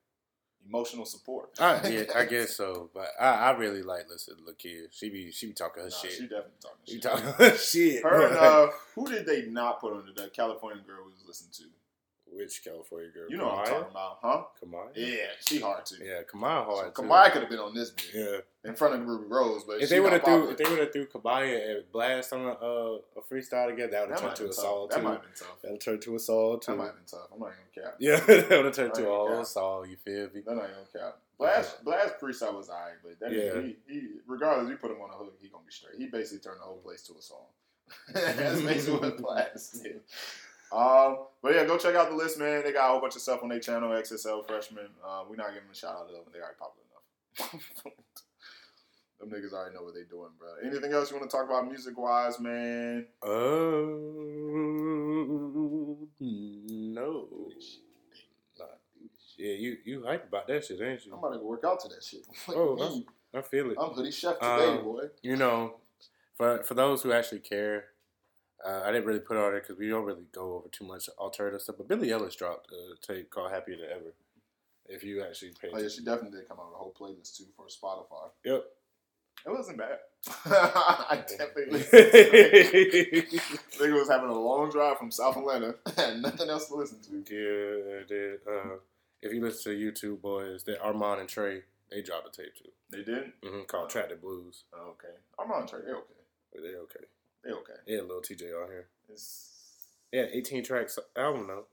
Speaker 3: emotional support.
Speaker 2: yeah I, yeah I guess so but I, I really like listen to Lakia she be she be talking her
Speaker 3: Nah,
Speaker 2: shit
Speaker 3: She definitely talking
Speaker 2: she
Speaker 3: shit.
Speaker 2: talking her shit
Speaker 3: Her and
Speaker 2: like,
Speaker 3: uh, who did they not put on the that California girl we was listening to?
Speaker 2: which California girl
Speaker 3: You know what I'm talking about, huh?
Speaker 2: Kamaya
Speaker 3: Yeah, she hard too.
Speaker 2: yeah Kamaya hard
Speaker 3: So
Speaker 2: too.
Speaker 3: Kamaya could have been on this bitch
Speaker 2: yeah
Speaker 3: in front of Ruby Rose, but
Speaker 2: if
Speaker 3: she
Speaker 2: they
Speaker 3: not
Speaker 2: would have threw
Speaker 3: popular.
Speaker 2: if they would have threw Kamaya and Blast on a, uh, a freestyle together that would
Speaker 3: that
Speaker 2: have
Speaker 3: might
Speaker 2: turned
Speaker 3: have
Speaker 2: to a
Speaker 3: been tough.
Speaker 2: song
Speaker 3: That
Speaker 2: too
Speaker 3: might have been tough.
Speaker 2: that would turn to a song
Speaker 3: That
Speaker 2: too
Speaker 3: might have been tough. I'm not even gonna cap.
Speaker 2: Yeah, that would have turned
Speaker 3: Right,
Speaker 2: to all
Speaker 3: yeah.
Speaker 2: whole song. You feel me?
Speaker 3: They're not gonna cap. Blast Blast freestyle was alright, but that
Speaker 2: Yeah.
Speaker 3: he, he regardless you put him on a hook, he gonna be straight. He basically turned the whole place to a song. That's basically what Blast did. Um, but yeah, go check out the list, man. They got a whole bunch of stuff on their channel, XSL Freshman. Uh, we're not giving them a shout out to them. They already popular enough. them niggas already know what they doing, bro. Anything else you want to talk about music wise, man?
Speaker 2: Oh no! Nah. Yeah, you you hype about that shit, ain't
Speaker 3: I'm
Speaker 2: you?
Speaker 3: about to go work out to that shit.
Speaker 2: Oh, I'm- I feel it.
Speaker 3: I'm hoodie chef today,
Speaker 2: Um,
Speaker 3: boy.
Speaker 2: You know, for for those who actually care, uh, I didn't really put it on it because we don't really go over too much alternative stuff. But Billy Ellis dropped a tape called "Happier Than Ever." If you actually pay,
Speaker 3: Oh, yeah,
Speaker 2: attention.
Speaker 3: she definitely did come out with a whole playlist too for Spotify.
Speaker 2: yep.
Speaker 3: It wasn't bad. I definitely listened to it.
Speaker 2: yeah,
Speaker 3: Nigga was having a long drive from South Atlanta and nothing else to listen to.
Speaker 2: dude, uh, if you listen to YouTube boys, that Armand and Trey, they dropped a tape too.
Speaker 3: They didn't?
Speaker 2: hmm called Track the Blues.
Speaker 3: Oh, okay. I'm on track. They okay.
Speaker 2: But they okay.
Speaker 3: They okay.
Speaker 2: Yeah, little TJ on here.
Speaker 3: It's
Speaker 2: Yeah, 18 tracks album though.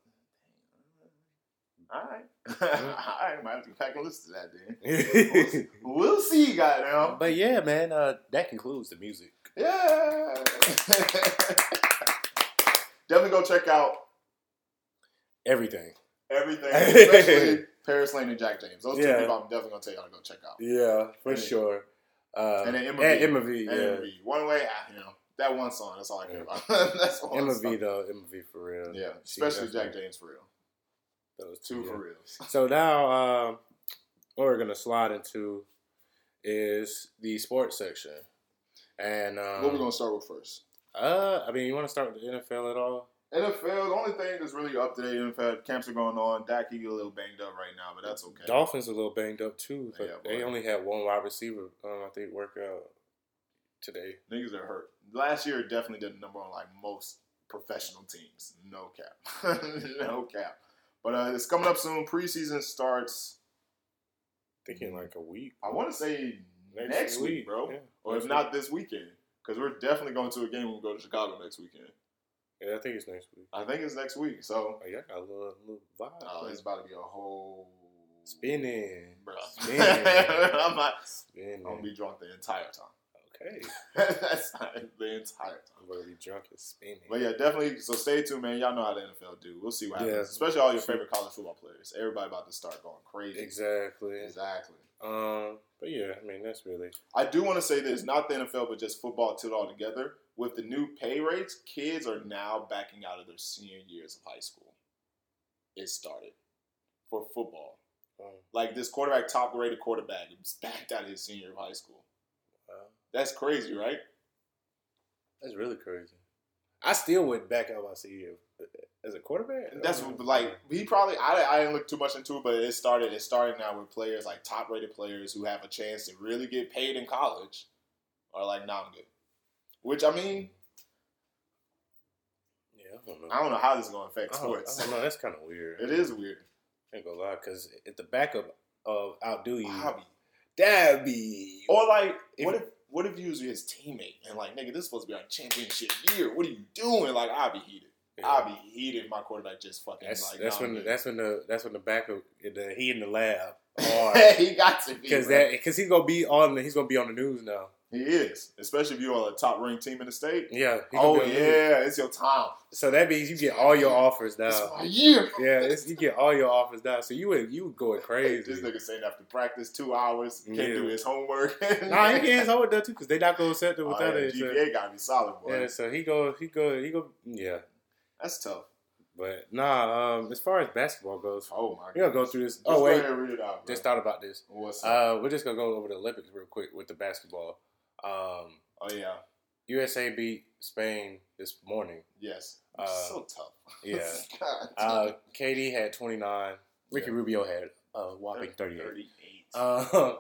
Speaker 3: alright. alright, might have to pack and listen to that then. We'll see,
Speaker 2: know.
Speaker 3: we'll see goddamn.
Speaker 2: but yeah, man, uh, that concludes the music.
Speaker 3: Yeah. definitely go check out
Speaker 2: Everything.
Speaker 3: everything, especially Paris Lane and Jack James. Those two
Speaker 2: Yeah.
Speaker 3: people I'm definitely gonna tell y'all to go check out.
Speaker 2: Yeah, for
Speaker 3: And-
Speaker 2: sure. Uh,
Speaker 3: and then Emma V.
Speaker 2: Emma V. Yeah,
Speaker 3: And Reed. One way, I, you know, that one song, that's all I care
Speaker 2: Yeah.
Speaker 3: about. that's all
Speaker 2: Emma
Speaker 3: that's
Speaker 2: V.
Speaker 3: all.
Speaker 2: Though Emma V. For real.
Speaker 3: Yeah,
Speaker 2: She
Speaker 3: especially Jack
Speaker 2: definitely-
Speaker 3: James for real.
Speaker 2: Those
Speaker 3: Two
Speaker 2: yeah.
Speaker 3: for reals.
Speaker 2: So now, uh, what we're gonna slide into is the sports section, and um,
Speaker 3: what we gonna start with first?
Speaker 2: uh, I mean, you want to start with the NFL at all?
Speaker 3: NFL. The only thing that's really up to date NFL camps are going on. Dak he a little banged up right now, but that's okay.
Speaker 2: Dolphins a little banged up too. But
Speaker 3: Yeah,
Speaker 2: they
Speaker 3: boy.
Speaker 2: only had one wide receiver. Um, I think work out today.
Speaker 3: Niggas are hurt. Last year definitely did a number on like most professional teams. No cap. no cap. But uh, it's coming up soon. Preseason starts.
Speaker 2: Thinking like a week.
Speaker 3: I want to say next, week, bro,
Speaker 2: Yeah.
Speaker 3: or if
Speaker 2: Next
Speaker 3: not this weekend, because we're definitely going to a game when we go to Chicago next weekend.
Speaker 2: week. yeah, I think it's next week.
Speaker 3: I think it's next week. So
Speaker 2: Oh, y'all got a little, little vibe.
Speaker 3: uh, it's about to be a whole
Speaker 2: spinning,
Speaker 3: bro.
Speaker 2: Spinning,
Speaker 3: I'm not.
Speaker 2: spinning.
Speaker 3: I'm gonna be drunk the entire time.
Speaker 2: okay,
Speaker 3: That's not the entire time.
Speaker 2: I'm gonna be drunk and spinning.
Speaker 3: But yeah, definitely. So stay tuned, man. Y'all know how the NFL do. We'll see what
Speaker 2: Yeah.
Speaker 3: happens. Especially all your favorite college football players. Everybody about to start going crazy.
Speaker 2: exactly.
Speaker 3: Exactly.
Speaker 2: Um, but yeah, I mean that's really
Speaker 3: I do want to say this, not the NFL, but just football till all together. With the new pay rates, kids are now backing out of their senior years of high school. It started for football.
Speaker 2: um,
Speaker 3: Like this quarterback, top graded quarterback, was backed out of his senior year of high school.
Speaker 2: wow.
Speaker 3: That's crazy, right?
Speaker 2: uh, that's really crazy. I still went back out my senior uh, as a quarterback. Oh,
Speaker 3: That's what- like he probably. I, I didn't look too much into it, but it started. It's starting now with players like top rated players who have a chance to really get paid in college, are like, "Nah, I'm good." Which I mean,
Speaker 2: yeah. I don't know.
Speaker 3: I don't know how this is going to
Speaker 2: I
Speaker 3: affect
Speaker 2: don't-
Speaker 3: sports.
Speaker 2: I don't know. That's kind of weird.
Speaker 3: It is weird.
Speaker 2: I ain't gonna lie, because at the backup of outdo you,
Speaker 3: hobby.
Speaker 2: that be
Speaker 3: Or like,
Speaker 2: If-
Speaker 3: what if what if you was his teammate and like, nigga, this is supposed to be our championship year. What are you doing? Like, I'll be heated. I'll be heated if my quarterback just fucking
Speaker 2: That's
Speaker 3: like.
Speaker 2: that's
Speaker 3: nah,
Speaker 2: when the,
Speaker 3: nigga.
Speaker 2: that's when the that's when the backup the, he in the lab hard
Speaker 3: he got to be
Speaker 2: because
Speaker 3: bro.
Speaker 2: that because he's gonna be on the, he's gonna be on the news now.
Speaker 3: he is, especially if you're on a top ranked team in the state.
Speaker 2: Yeah. he gonna
Speaker 3: Oh
Speaker 2: be on the news.
Speaker 3: yeah, it's your time.
Speaker 2: So that means you get all your offers
Speaker 3: It's
Speaker 2: now.
Speaker 3: my year.
Speaker 2: Yeah, it's, you get all your offers now. So you would you would going crazy.
Speaker 3: This nigga saying after practice two hours can't
Speaker 2: Yeah.
Speaker 3: do his homework.
Speaker 2: Nah, he gets hard with that too because they not gonna accept him
Speaker 3: Oh,
Speaker 2: without
Speaker 3: yeah,
Speaker 2: it. So,
Speaker 3: GPA gotta be solid, boy.
Speaker 2: yeah, so he go he go he go yeah.
Speaker 3: That's tough.
Speaker 2: But nah, um, as far as basketball goes,
Speaker 3: Oh my god.
Speaker 2: we gonna go through this.
Speaker 3: Just
Speaker 2: Oh
Speaker 3: go
Speaker 2: wait,
Speaker 3: ahead and read it out, bro.
Speaker 2: just thought about this.
Speaker 3: What's up?
Speaker 2: Uh, we're just gonna go over the Olympics real quick with the basketball. Um,
Speaker 3: oh yeah.
Speaker 2: USA beat Spain this morning.
Speaker 3: Yes.
Speaker 2: Uh,
Speaker 3: so tough.
Speaker 2: yeah.
Speaker 3: God,
Speaker 2: Uh, KD had 29. Ricky
Speaker 3: Yeah.
Speaker 2: Rubio had a whopping 38.
Speaker 3: 38.
Speaker 2: Uh,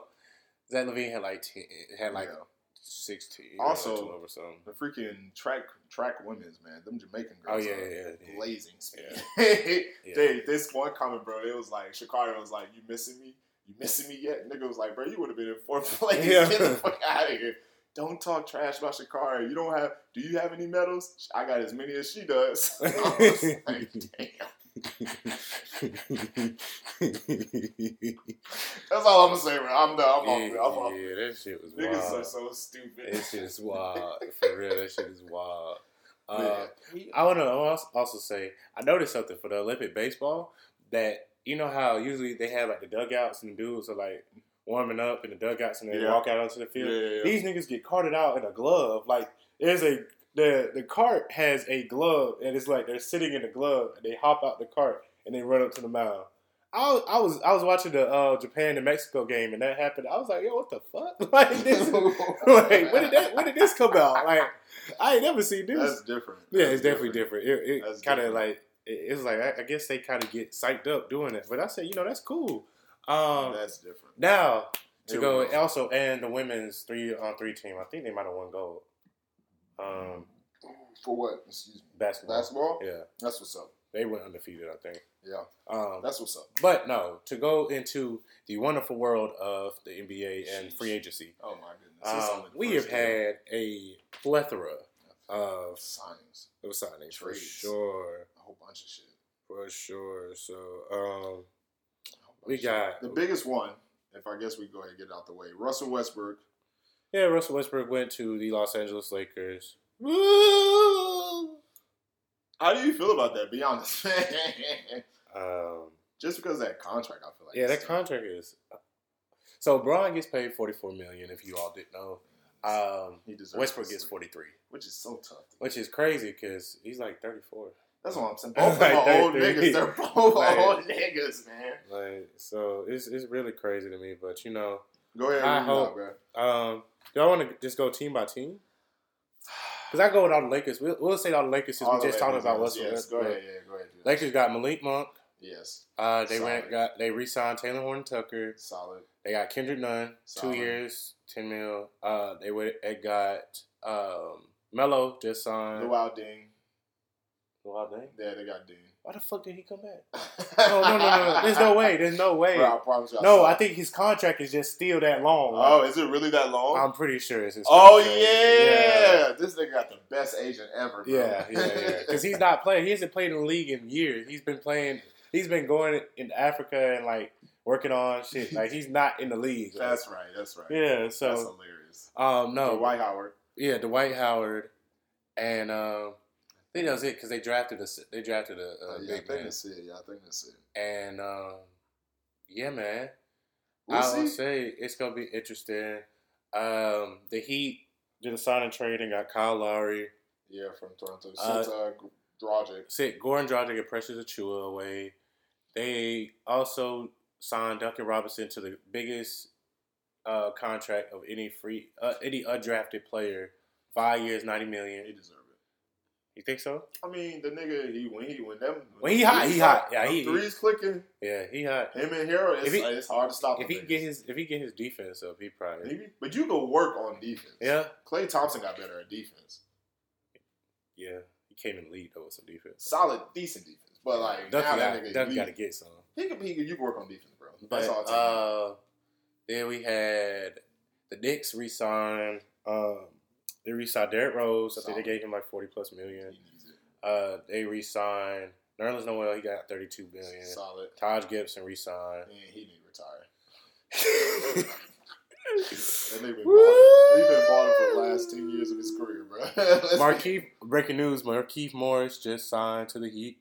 Speaker 2: Zach Levine had like 10, had like
Speaker 3: Yeah.
Speaker 2: 16.
Speaker 3: Also-
Speaker 2: or 12 or something.
Speaker 3: the freaking track track women's man, them Jamaican
Speaker 2: Oh
Speaker 3: girls.
Speaker 2: yeah,
Speaker 3: are
Speaker 2: yeah, yeah.
Speaker 3: Blazing speed.
Speaker 2: Yeah. Yeah.
Speaker 3: They- this one comment, bro, it was like Shakari was like, "You missing me? You missing me yet?" Nigga was like, "Bro, you would have been in fourth place.
Speaker 2: Yeah.
Speaker 3: Get the fuck out of here. Don't talk trash about Shakari. You don't have. Do you have any medals? I got as many as she does." I was like, Damn. That's all I'm gonna say, bro. I'm done. I'm
Speaker 2: yeah,
Speaker 3: off. I'm off.
Speaker 2: yeah, that shit was
Speaker 3: Niggas
Speaker 2: wild.
Speaker 3: are so stupid.
Speaker 2: that shit is wild for real. That shit is wild. Uh,
Speaker 3: Man, we-
Speaker 2: I want to also say I noticed something for the Olympic baseball that you know how usually they have like the dugouts and the dudes are like warming up in the dugouts and they
Speaker 3: Yeah.
Speaker 2: walk out onto the
Speaker 3: yeah,
Speaker 2: field.
Speaker 3: yeah, yeah.
Speaker 2: These niggas get carted out in a glove. Like there's a the the cart has a glove and it's like they're sitting in a glove and they hop out the cart and they run up to the mound. I was, I was I was watching the uh, Japan and Mexico game and that happened. I was like, yo, what the fuck? Like this, like when did that when did this come out? Like I ain't never seen this.
Speaker 3: That's different.
Speaker 2: Yeah,
Speaker 3: That's
Speaker 2: it's definitely different. It,
Speaker 3: That's
Speaker 2: it kind of
Speaker 3: different.
Speaker 2: like it, it's like I, I guess they kind of get psyched up doing it, but I said you know that's cool. Um,
Speaker 3: That's different.
Speaker 2: now to
Speaker 3: Here we
Speaker 2: go also and the women's three on three team, I think they might have won gold. Um,
Speaker 3: For what? Excuse me.
Speaker 2: basketball.
Speaker 3: Basketball?
Speaker 2: Yeah,
Speaker 3: That's what's up.
Speaker 2: they went undefeated, I think.
Speaker 3: Yeah.
Speaker 2: Um,
Speaker 3: That's what's up.
Speaker 2: but no, to go into the wonderful world of the NBA and
Speaker 3: Jeez.
Speaker 2: free agency,
Speaker 3: Oh my goodness. It's
Speaker 2: um,
Speaker 3: only the
Speaker 2: we have
Speaker 3: first day
Speaker 2: had a plethora
Speaker 3: of
Speaker 2: of
Speaker 3: signings.
Speaker 2: of signings for
Speaker 3: Trades.
Speaker 2: sure.
Speaker 3: A whole bunch of shit.
Speaker 2: For sure. So, um,
Speaker 3: A whole bunch
Speaker 2: we
Speaker 3: of shit.
Speaker 2: got
Speaker 3: the biggest one, if I guess we go ahead and get it out the way. Russell Westbrook.
Speaker 2: yeah. Russell Westbrook went to the Los Angeles Lakers. Woo!
Speaker 3: How do you feel about that? Be honest.
Speaker 2: Um,
Speaker 3: Just because of that contract, I feel like.
Speaker 2: yeah,
Speaker 3: it's
Speaker 2: that
Speaker 3: tough.
Speaker 2: contract is. So Braun gets paid forty four million. If you all didn't know, um,
Speaker 3: He deserves
Speaker 2: Westbrook
Speaker 3: it.
Speaker 2: gets forty three,
Speaker 3: which is so tough.
Speaker 2: which is crazy because he's like thirty four.
Speaker 3: That's what I'm saying. Both of them
Speaker 2: Like,
Speaker 3: are
Speaker 2: they-
Speaker 3: old
Speaker 2: they-
Speaker 3: niggas. They're both
Speaker 2: Like-
Speaker 3: old niggas, man.
Speaker 2: Like, so it's it's really crazy to me. But you know,
Speaker 3: Go ahead,
Speaker 2: I
Speaker 3: and read it out,
Speaker 2: hope-
Speaker 3: bro.
Speaker 2: um, do I want to just go team by team? Because I go with all the Lakers. We'll, we'll say all the Lakers since
Speaker 3: All
Speaker 2: we
Speaker 3: the
Speaker 2: just talked
Speaker 3: Lakers,
Speaker 2: about
Speaker 3: yes,
Speaker 2: Russell
Speaker 3: Yes, go
Speaker 2: Westbrook.
Speaker 3: ahead. Yeah, go ahead. do that.
Speaker 2: Lakers got Malik Monk.
Speaker 3: Yes,
Speaker 2: Uh, they
Speaker 3: Solid.
Speaker 2: went got they re-signed Taylor Horn Tucker.
Speaker 3: solid.
Speaker 2: They got Kendrick Nunn,
Speaker 3: Solid.
Speaker 2: two years, ten mil. Uh, they went they got um Mello just signed.
Speaker 3: Luau Ding.
Speaker 2: Luau Deng?
Speaker 3: Yeah, they got Ding.
Speaker 2: why the fuck did he come back? Oh, No, no, no, no. no. There's no way. There's no way.
Speaker 3: Bro, I promise you. I
Speaker 2: No,
Speaker 3: saw
Speaker 2: I
Speaker 3: it.
Speaker 2: think his contract is just still that long.
Speaker 3: Oh, is it really that long?
Speaker 2: I'm pretty sure it's his.
Speaker 3: oh
Speaker 2: contract.
Speaker 3: yeah. this nigga got the best agent ever. Bro.
Speaker 2: yeah, yeah, yeah. Because he's not playing. He hasn't played in the league in years. He's been playing. He's been going in Africa and like working on shit. Like he's not in the league. Like,
Speaker 3: that's right. That's right.
Speaker 2: yeah.
Speaker 3: that's
Speaker 2: So
Speaker 3: hilarious.
Speaker 2: um, no,
Speaker 3: Oh, Dwight Howard.
Speaker 2: yeah, Dwight Howard, and um, I think that was it because they drafted a they drafted a, a
Speaker 3: Uh, yeah, I
Speaker 2: big
Speaker 3: think
Speaker 2: man.
Speaker 3: that's it. Yeah, I think that's it.
Speaker 2: And um, yeah, man,
Speaker 3: We'll
Speaker 2: I would
Speaker 3: see.
Speaker 2: say it's gonna be interesting. Um, the Heat did a sign and trade and got Kyle Lowry.
Speaker 3: Yeah, from Toronto. Since
Speaker 2: Uh,
Speaker 3: uh, Dragic.
Speaker 2: Sent Goran Dragic and Precious Achua away. They also signed Duncan Robinson to the biggest uh, contract of any free uh, any undrafted player. Five years, ninety
Speaker 3: He
Speaker 2: million.
Speaker 3: deserved it.
Speaker 2: You think so?
Speaker 3: I mean, the nigga, he when he when them
Speaker 2: When he hot,
Speaker 3: threes
Speaker 2: he
Speaker 3: stop-
Speaker 2: hot. Yeah,
Speaker 3: them
Speaker 2: he-
Speaker 3: threes clicking.
Speaker 2: Yeah, he hot.
Speaker 3: Him and Harold, it's,
Speaker 2: If he-
Speaker 3: uh, it's hard to stop.
Speaker 2: If
Speaker 3: them
Speaker 2: he
Speaker 3: niggas.
Speaker 2: get his if he get his defense up, he probably
Speaker 3: Maybe, but you go work on defense.
Speaker 2: yeah
Speaker 3: Clay Thompson got better at defense.
Speaker 2: yeah. He came in the lead though with some defense.
Speaker 3: Solid, decent defense. But like now
Speaker 2: Duncan,
Speaker 3: that
Speaker 2: got,
Speaker 3: nigga,
Speaker 2: Duncan
Speaker 3: he,
Speaker 2: got to get some.
Speaker 3: he can, he can, you can work on defense, bro.
Speaker 2: But
Speaker 3: That's all. it takes.
Speaker 2: uh, then we had the Knicks re-signed. Um, they re-signed Derrick Rose. I think they
Speaker 3: Solid.
Speaker 2: gave him like forty plus
Speaker 3: he
Speaker 2: million.
Speaker 3: needs it.
Speaker 2: Uh, they re-signed Nerlens Noel. He got thirty two million.
Speaker 3: Solid.
Speaker 2: Taj Gibson re-signed.
Speaker 3: Man, he need to retire. That nigga been
Speaker 2: Woo!
Speaker 3: balling. He been balling for the last ten years of his career, bro. Let's be-
Speaker 2: Markeith, breaking news: Markeith Morris just signed to the Heat.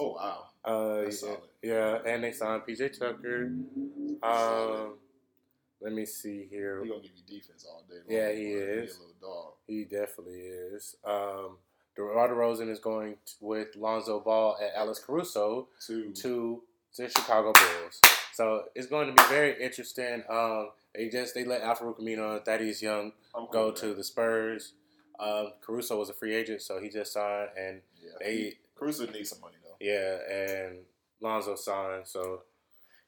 Speaker 3: Oh wow.
Speaker 2: Uh,
Speaker 3: That's
Speaker 2: yeah,
Speaker 3: solid.
Speaker 2: yeah, and they signed PJ Tucker. Um,
Speaker 3: Solid.
Speaker 2: let me see here.
Speaker 3: He gonna give you defense all day. long,
Speaker 2: Yeah, he
Speaker 3: bro.
Speaker 2: is.
Speaker 3: He a little dog.
Speaker 2: He definitely is. Um, DeMar DeRozan is going t with Lonzo Ball and Alice Caruso
Speaker 3: Two.
Speaker 2: to the Chicago Bulls. So it's going to be very interesting. Um, they just they let Alfredo Camino and Thaddeus Young
Speaker 3: I'm cool
Speaker 2: go
Speaker 3: with
Speaker 2: to
Speaker 3: that.
Speaker 2: the Spurs. Um, Caruso was a free agent, so he just signed, and
Speaker 3: Yeah.
Speaker 2: they
Speaker 3: Caruso needs some money though.
Speaker 2: yeah, and Lonzo signed. So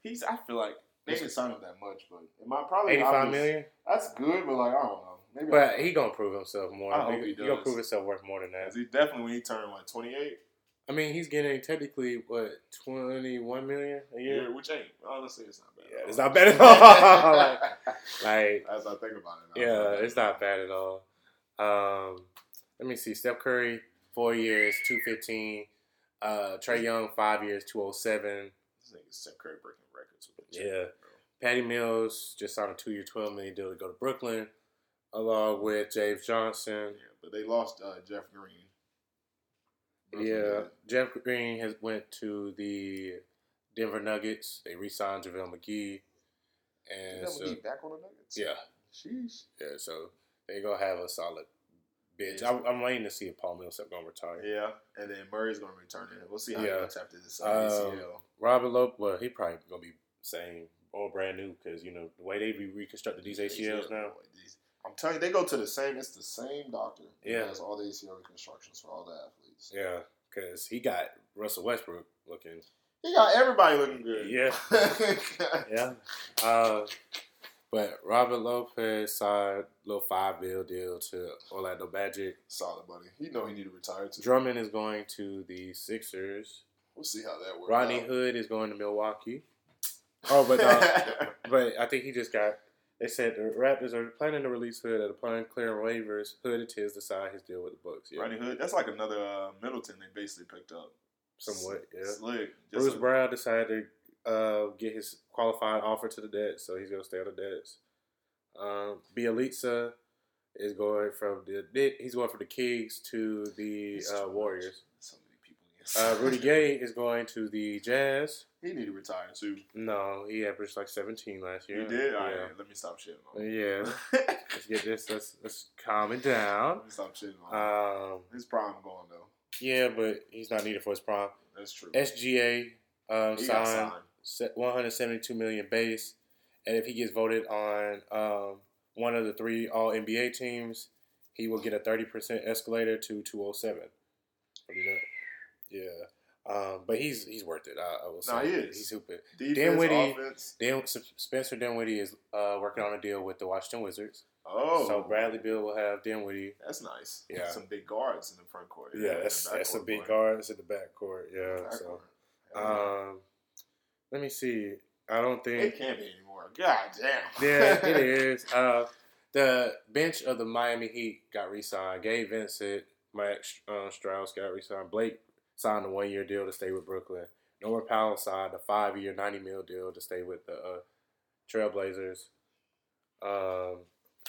Speaker 3: He's. I feel like they didn't sign him that much, but in my probably
Speaker 2: eighty
Speaker 3: I
Speaker 2: five
Speaker 3: was-
Speaker 2: million,
Speaker 3: That's good, but like I don't know. Maybe
Speaker 2: but he gonna prove himself more.
Speaker 3: I hope
Speaker 2: he,
Speaker 3: he
Speaker 2: gonna
Speaker 3: does.
Speaker 2: prove himself worth more than that.
Speaker 3: 'Cause he definitely when he turned what twenty eight.
Speaker 2: I mean, he's getting technically what twenty one million a
Speaker 3: Yeah.
Speaker 2: year.
Speaker 3: which ain't honestly it's not bad.
Speaker 2: Yeah, it's not bad at all. like, like,
Speaker 3: As I think about it. I
Speaker 2: yeah,
Speaker 3: don't know.
Speaker 2: it's not bad at all. Um, let me see. Steph Curry, four years, two fifteen. Uh, Trey Young, five years, two oh seven.
Speaker 3: This nigga Steph Curry breaking records with the
Speaker 2: Yeah.
Speaker 3: bro.
Speaker 2: Patty Mills just signed a two year, twelve million deal to go to Brooklyn, along with James Johnson.
Speaker 3: Yeah, but they lost uh, Jeff Green. Brooklyn
Speaker 2: Yeah,
Speaker 3: did.
Speaker 2: Jeff Green has went to the Denver Nuggets. They re-signed JaVale McGee,
Speaker 3: Did
Speaker 2: and
Speaker 3: that
Speaker 2: so,
Speaker 3: be back on the Nuggets?
Speaker 2: yeah,
Speaker 3: Sheesh.
Speaker 2: yeah. So they gonna have a solid bitch.
Speaker 3: Yeah.
Speaker 2: I'm, I'm waiting to see if Paul Millsap gonna retire.
Speaker 3: Yeah. And then Murray's gonna return it. We'll see how
Speaker 2: Yeah.
Speaker 3: he looks after this uh,
Speaker 2: Um,
Speaker 3: ACL.
Speaker 2: Robert Lope, well, he probably gonna be same or brand new because you know the way they be reconstructed these ACLs now.
Speaker 3: boy, these- I'm telling you, they go to the same. It's the same doctor. that
Speaker 2: Yeah.
Speaker 3: does all the ACL reconstructions for all the athletes.
Speaker 2: Yeah, because he got Russell Westbrook looking.
Speaker 3: He got everybody looking good.
Speaker 2: Yeah. Yeah. Uh, but Robert Lopez signed a little five bill deal to Orlando Magic.
Speaker 3: Solid buddy. He know he need to retire too.
Speaker 2: Drummond is going to the Sixers.
Speaker 3: We'll see how that works.
Speaker 2: Rodney
Speaker 3: out.
Speaker 2: Hood is going to Milwaukee. Oh, but uh, but I think he just got. They said the Raptors are planning to release Hood and upon clearing waivers, Hood intends to sign his deal with the Bucks. Yeah,
Speaker 3: Rodney Hood. That's like another uh, Middleton they basically picked up.
Speaker 2: somewhat. Yeah,
Speaker 3: Slick. Just
Speaker 2: Bruce
Speaker 3: a-
Speaker 2: Brown decided to uh, get his qualifying offer to the Nets, so he's gonna stay on the Nets. Um, Bielitsa is going from the he's going from the Kings to the
Speaker 3: It's
Speaker 2: uh,
Speaker 3: too much.
Speaker 2: Warriors.
Speaker 3: So many people.
Speaker 2: Uh, Rudy Gay is going to the Jazz.
Speaker 3: He need to retire too.
Speaker 2: No, he averaged like 17 last year.
Speaker 3: You did.
Speaker 2: Yeah.
Speaker 3: All right. Let me stop shitting on. him.
Speaker 2: Yeah. Let's get this. Let's let's calm it down.
Speaker 3: Let me stop shitting on. him.
Speaker 2: Um,
Speaker 3: His prime gone though.
Speaker 2: yeah, but he's not needed for his prime.
Speaker 3: That's true.
Speaker 2: SGA um,
Speaker 3: He
Speaker 2: signed
Speaker 3: got signed.
Speaker 2: se- 172 million base, and if he gets voted on um, one of the three All NBA teams, he will get a 30 percent escalator to 207. Pretty good. Yeah, um, but he's he's worth it. I, I will say
Speaker 3: Nah, he is.
Speaker 2: He's stupid.
Speaker 3: Defense,
Speaker 2: Dinwiddie-
Speaker 3: offense.
Speaker 2: Dan, Spencer Dinwiddie is uh, working on a deal with the Washington Wizards.
Speaker 3: Oh,
Speaker 2: So Bradley Bill will have Dinwiddie.
Speaker 3: that's nice.
Speaker 2: Yeah.
Speaker 3: Some big guards in the front court.
Speaker 2: Yeah, that's
Speaker 3: In the
Speaker 2: that's a
Speaker 3: backcourt,
Speaker 2: big
Speaker 3: but-
Speaker 2: guard. It's at the backcourt. Yeah.
Speaker 3: backcourt.
Speaker 2: So
Speaker 3: Hell
Speaker 2: um, let me see. I don't
Speaker 3: yeah.
Speaker 2: think
Speaker 3: it can't be anymore. God damn.
Speaker 2: Yeah, it is. Uh, the bench of the Miami Heat got re-signed. Gabe Vincent, Max uh, Strauss got re-signed. Blake signed a one-year deal to stay with Brooklyn. Norman Powell signed a five-year, ninety mil deal to stay with the uh, Trailblazers. Um,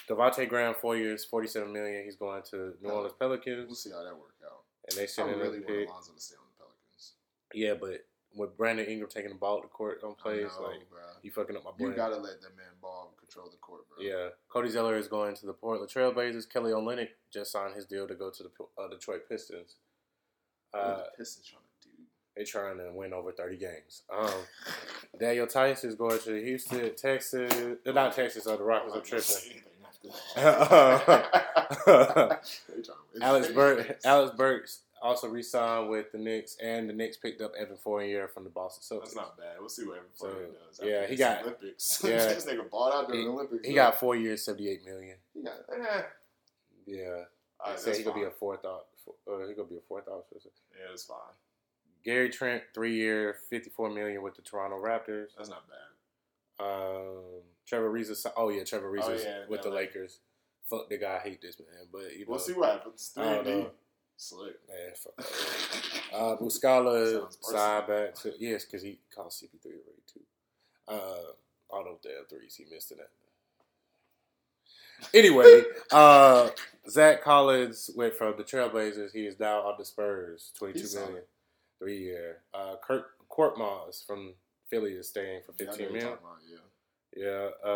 Speaker 2: Devontae Graham, four years, forty-seven million. He's going to New Orleans
Speaker 7: We'll
Speaker 2: Pelicans,
Speaker 7: see how that work out.
Speaker 2: and they
Speaker 7: I
Speaker 2: sent in
Speaker 7: Oh. really
Speaker 2: a pick.
Speaker 7: want Alonzo to stay on the Pelicans.
Speaker 2: Yeah, but with Brandon Ingram taking the ball to court on
Speaker 7: I
Speaker 2: plays,
Speaker 7: know,
Speaker 2: like
Speaker 7: bruh.
Speaker 2: you fucking up my
Speaker 7: you
Speaker 2: brain.
Speaker 7: gotta let that man ball control the court, bro.
Speaker 2: Yeah, Cody Zeller is going to the Portland Trailblazers. Kelly Olynyk just signed his deal to go to the P- uh, Detroit Pistons.
Speaker 7: What are
Speaker 2: Uh,
Speaker 3: Mm.
Speaker 7: the Pistons trying to do?
Speaker 2: they're trying to win over thirty games. Um, Daniel Tice is going to Houston, Texas. uh, Not Texas, or the Rockets. I'm tripping. Alex Burke. Alex Burks also re-signed with the Knicks, and the Knicks picked up Evan Fournier from the Boston Celtics.
Speaker 3: That's not bad. We'll see what Evan
Speaker 2: So,
Speaker 3: Fournier does.
Speaker 2: yeah,
Speaker 3: after
Speaker 2: he
Speaker 3: this
Speaker 2: got-
Speaker 3: Olympics.
Speaker 2: yeah.
Speaker 3: this nigga balled out during
Speaker 2: He-
Speaker 3: the Olympics.
Speaker 2: he
Speaker 3: though.
Speaker 2: got four years, seventy-eight million.
Speaker 3: He got. Eh.
Speaker 2: Yeah,
Speaker 3: All right,
Speaker 2: so
Speaker 3: that's
Speaker 2: he gonna be
Speaker 3: fine.
Speaker 2: a fourth. Op- uh, he gonna be a fourth option.
Speaker 3: Yeah, that's fine.
Speaker 2: Gary Trent, three year, fifty four million with the Toronto Raptors.
Speaker 3: That's not bad.
Speaker 2: Um, Trevor Reza, oh yeah, Trevor Reza
Speaker 3: yeah,
Speaker 2: with the
Speaker 3: LA.
Speaker 2: Lakers. Fuck the guy, I hate this man, but you know,
Speaker 3: We'll see what happens.
Speaker 2: I
Speaker 3: Three
Speaker 2: don't
Speaker 3: and D.
Speaker 2: know.
Speaker 3: Slick.
Speaker 2: Man, fuck. Uh, Muscala
Speaker 3: Sounds personal.
Speaker 2: side back to yes, because he caught CP three already too. Uh, all those damn threes he missed in that. Anyway, uh, Zach Collins went from the Trailblazers. He is now on the Spurs, twenty two
Speaker 7: He's
Speaker 2: million, three year. Uh, Kurt Korkmaz from Philly is staying for
Speaker 7: Yeah, I know
Speaker 2: fifteen
Speaker 7: what you're
Speaker 2: million.
Speaker 7: talking about, yeah.
Speaker 2: Yeah,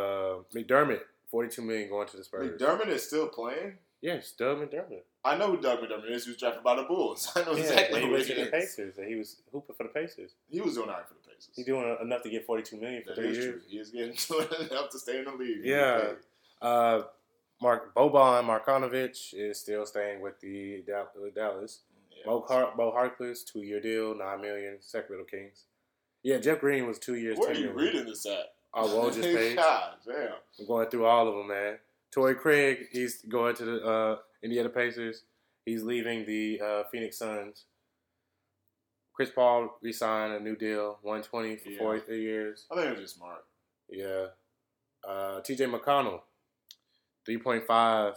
Speaker 2: uh, McDermott, forty-two million going to the Spurs.
Speaker 3: McDermott is still playing.
Speaker 2: yes, Doug McDermott.
Speaker 3: I know who Doug McDermott is. He was drafted by the Bulls. I know exactly
Speaker 2: he
Speaker 3: who
Speaker 2: was
Speaker 3: he
Speaker 2: to the
Speaker 3: is.
Speaker 2: Pacers, and he was hooping for the Pacers.
Speaker 3: He was doing all right for the Pacers.
Speaker 2: He's doing enough to get forty-two million for
Speaker 3: That
Speaker 2: three
Speaker 3: is
Speaker 2: years.
Speaker 3: true. He is getting enough to stay in the league.
Speaker 2: Yeah. Uh, Mark Boban Markanovic is still staying with the Dal- with Dallas.
Speaker 3: Yeah.
Speaker 2: Mo, Har- Mo Harkless, two-year deal, nine million. Sacramento Kings. Yeah, Jeff Green was two years. Oh,
Speaker 3: Where are
Speaker 2: 10
Speaker 3: you
Speaker 2: million.
Speaker 3: reading this at?
Speaker 2: Our Woj's page.
Speaker 3: God damn.
Speaker 2: I'm going through all of them, man. Torrey Craig, he's going to the uh, Indiana Pacers. He's leaving the uh, Phoenix Suns. Chris Paul re-signed a new deal, 120 for
Speaker 3: Yeah.
Speaker 2: 43 years.
Speaker 3: I think it was just smart.
Speaker 2: Yeah. Uh, TJ McConnell, 3.5,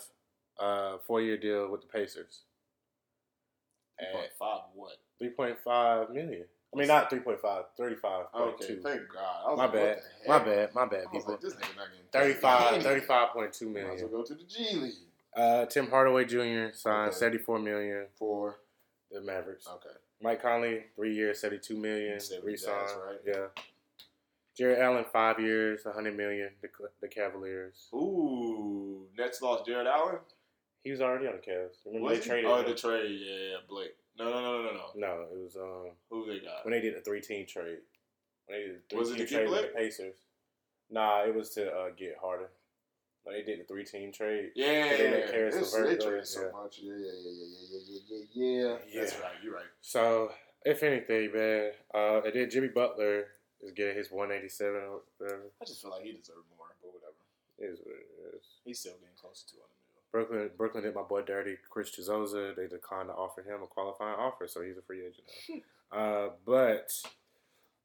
Speaker 2: uh, four-year deal with the Pacers.
Speaker 3: But
Speaker 2: At
Speaker 3: five what?
Speaker 2: 3.5 million. I mean, not 3.5, 35.
Speaker 3: Okay, thank God. I was
Speaker 2: My
Speaker 3: like,
Speaker 2: bad.
Speaker 3: What the
Speaker 2: My
Speaker 3: heck?
Speaker 2: bad, my bad,
Speaker 3: I was
Speaker 2: people.
Speaker 3: like, this nigga not getting
Speaker 2: 35,
Speaker 3: paid.
Speaker 2: 35.2
Speaker 3: Might as
Speaker 2: million.
Speaker 3: well go to the G League.
Speaker 2: Uh, Tim Hardaway Jr. signed
Speaker 3: Okay.
Speaker 2: 74 million.
Speaker 3: For
Speaker 2: The Mavericks.
Speaker 3: okay,
Speaker 2: Mike Conley, three years, 72 million.
Speaker 3: Stay with the
Speaker 2: Re-signed.
Speaker 3: Jazz, right?
Speaker 2: Yeah. Jared Allen, five years, 100 million. The, Cl- the Cavaliers.
Speaker 3: ooh, Nets lost Jared Allen.
Speaker 2: He was already on the Cavs. Remember
Speaker 3: Was
Speaker 2: they
Speaker 3: he?
Speaker 2: traded?
Speaker 3: Oh,
Speaker 2: him?
Speaker 3: the trade. Yeah, yeah, yeah, Blake. No, no, no, no, no, no.
Speaker 2: no, it was um
Speaker 3: Who they got?
Speaker 2: when they did a three-team trade. When they did a
Speaker 3: Was it
Speaker 2: three-team
Speaker 3: to keep
Speaker 2: trade with the
Speaker 3: Blake?
Speaker 2: Pacers. Nah, it was to uh, get Harden. When they did the three-team trade.
Speaker 3: Yeah,
Speaker 2: They let Karis
Speaker 7: It's
Speaker 2: LeVert go,
Speaker 7: literally so
Speaker 2: yeah.
Speaker 7: much. Yeah, yeah, yeah, yeah, yeah, yeah, yeah, yeah.
Speaker 3: That's right. You're right.
Speaker 2: So, if anything, man, uh, and then Jimmy Butler is getting his 187 or whatever.
Speaker 3: I just feel like he deserved more, but whatever.
Speaker 2: It is what it is.
Speaker 3: He's still getting close to 200 mil.
Speaker 2: Brooklyn, Brooklyn did my boy dirty. Chris Chizoza, they declined to offer him a qualifying offer, so he's a free agent. now. uh, but,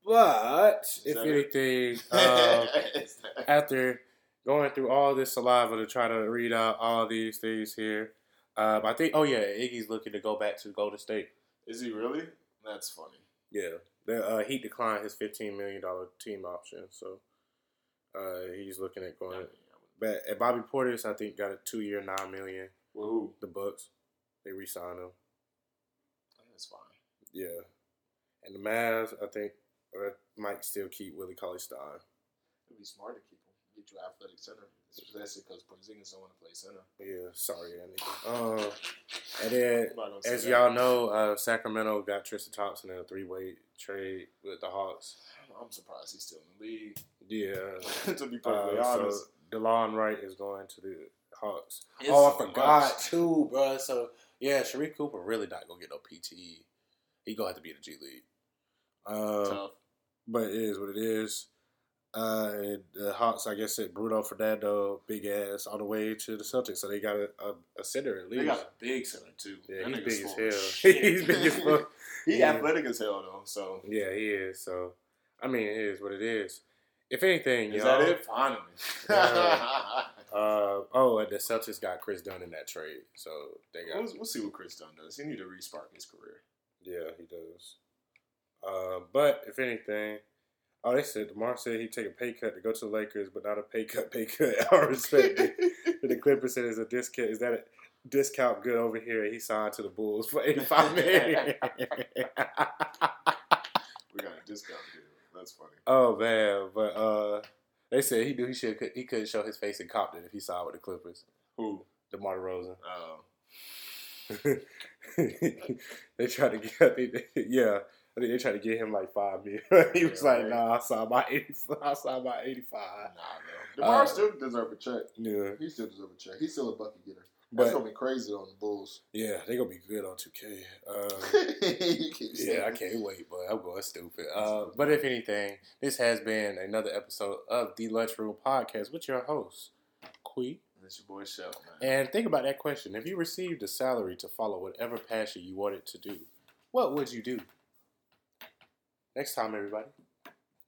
Speaker 2: but if
Speaker 3: that
Speaker 2: anything, um,
Speaker 3: Is that-
Speaker 2: after going through all this saliva to try to read out all these things here, um, I think. Oh yeah, Iggy's looking to go back to Golden State.
Speaker 3: is he really? That's funny.
Speaker 2: Yeah, the uh, Heat declined his fifteen million dollar team option, so uh, he's looking at
Speaker 3: I
Speaker 2: going.
Speaker 3: mean, I would-
Speaker 2: But and Bobby Portis, I think, got a two year nine million.
Speaker 3: Well, who?
Speaker 2: The Bucks, they re-signed him.
Speaker 3: I think That's fine.
Speaker 2: Yeah. And the Mavs, I think, uh, might still keep Willie Cauley Stein.
Speaker 3: It'd be smart to keep him. Get you an athletic center, especially because Porzingis don't want to play center.
Speaker 2: Yeah, sorry, Andy. Um, and then,
Speaker 3: I'm not gonna say
Speaker 2: as
Speaker 3: that.
Speaker 2: y'all know, uh, Sacramento got Tristan Thompson in a three way trade with the Hawks.
Speaker 3: I'm- I'm surprised he's still in the league.
Speaker 2: Yeah.
Speaker 3: to be
Speaker 8: Oh,
Speaker 3: perfectly
Speaker 2: Uh, so
Speaker 3: honest,
Speaker 2: DeLon Wright is going to the Hawks.
Speaker 3: It's
Speaker 2: oh, I
Speaker 3: so
Speaker 2: forgot
Speaker 3: much.
Speaker 2: too, bro. So yeah, Sharif Cooper really not gonna get no PTE. He gonna have to be in the G League. Um,
Speaker 3: Tough.
Speaker 2: but it is what it is. Uh, and the Hawks, I guess, it Bruno Fernando, big ass, all the way to the Celtics. So they got a, a, a center at
Speaker 8: They
Speaker 2: least.
Speaker 8: got a big center too.
Speaker 2: yeah,
Speaker 8: That
Speaker 2: he's
Speaker 8: nigga's
Speaker 2: big as
Speaker 8: full
Speaker 2: hell.
Speaker 8: of shit.
Speaker 2: he's big as fuck.
Speaker 3: He
Speaker 2: Yeah.
Speaker 3: athletic as hell though. So
Speaker 2: Yeah, he is. So, I mean, it is what it is. If anything,
Speaker 3: is
Speaker 2: y'all,
Speaker 3: that it? Finally.
Speaker 2: Uh, oh, and the Celtics got Chris Dunn in that trade, so they got
Speaker 3: we'll, we'll see what Chris Dunn does. He need to respark his career.
Speaker 2: yeah, he does. Uh, but if anything, oh, they said Demar said he'd take a pay cut to go to the Lakers, but not a pay cut. Pay cut. I respect it. But the Clippers said is a discount. Is that a discount good over here? And he signed to the Bulls for eighty five million.
Speaker 3: We got a discount deal. That's funny.
Speaker 2: oh man, but uh, they said he knew he should he couldn't show his face in Compton if he signed with the Clippers.
Speaker 3: Who?
Speaker 2: DeMar DeRozan.
Speaker 3: Uh,
Speaker 2: they tried to get, I think they, yeah, I think they tried to get him like five million. he was
Speaker 3: Yeah,
Speaker 2: like,
Speaker 3: right.
Speaker 2: nah, I signed my eighty, I signed my eighty-five.
Speaker 3: nah,
Speaker 9: DeMar
Speaker 2: Uh,
Speaker 9: still deserve a check.
Speaker 2: Yeah,
Speaker 9: He still deserve a check. He's still a bucket getter. That's
Speaker 2: but
Speaker 9: gonna be crazy on the Bulls.
Speaker 2: yeah, they gonna be good on two K. Um,
Speaker 9: You keep
Speaker 2: yeah, I
Speaker 9: saying-
Speaker 2: can't wait, but I'm going stupid. Uh, but if anything, this has been another episode of the Lunchroom Podcast with your host, Quee.
Speaker 3: that's your boy Shell, man.
Speaker 2: And think about that question: If you received a salary to follow whatever passion you wanted to do, what would you do? Next time, everybody,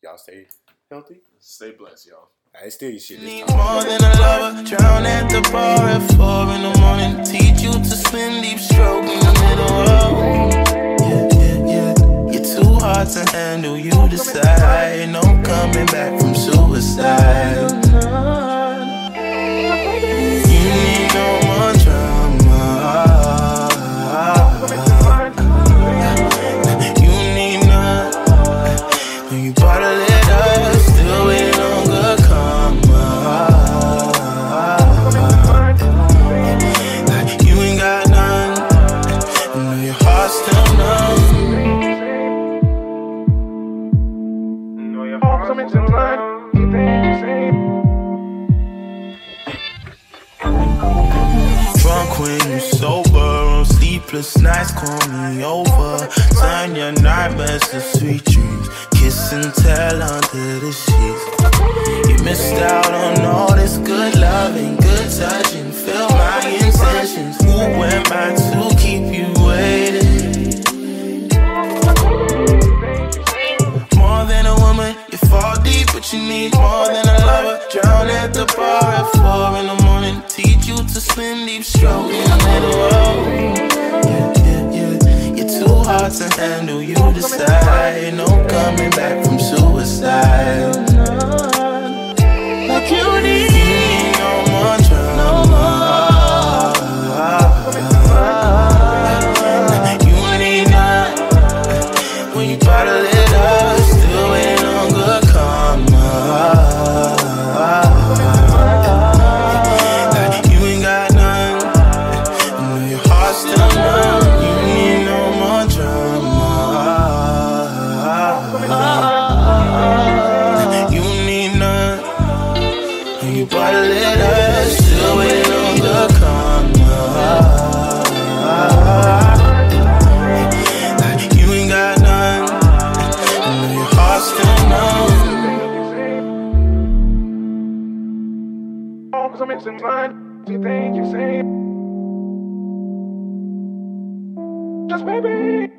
Speaker 2: y'all stay healthy.
Speaker 3: Stay blessed, y'all.
Speaker 2: I still your shit this
Speaker 10: Need
Speaker 2: time.
Speaker 10: more than a lover, drown at the bar at four in the morning. Teach you to swim deep stroke in the middle of. Yeah, yeah, yeah. You're too hard to handle, you decide. No coming back from suicide. You need no more drama. You need none. When you bottle it up, still waiting on good karma. You ain't got none. I know your heart's still numb. Drunk when you sober on sleepless nights, call me over. Turn your nightmares to sweet dreams. Kiss and tell under the sheets. You missed out on all this good loving, good touching. Feel my intentions. Who am I to keep you waiting? More than a woman, you fall deep, but you need more than a lover. Drown at the bar at four in the morning. Teach you to swim deep, stroke in the middle of. Yeah, yeah, yeah. You're too hard to handle, you decide. No coming back from suicide. Like you need no more drama. You need none. When you bottle it up, still waiting on good karma. You ain't got none. I know your heart's still numb. You need no more drama. You need none. When you bottle it up, still waiting on good karma. You ain't got none. I know your heart's still numb.
Speaker 6: Just maybe.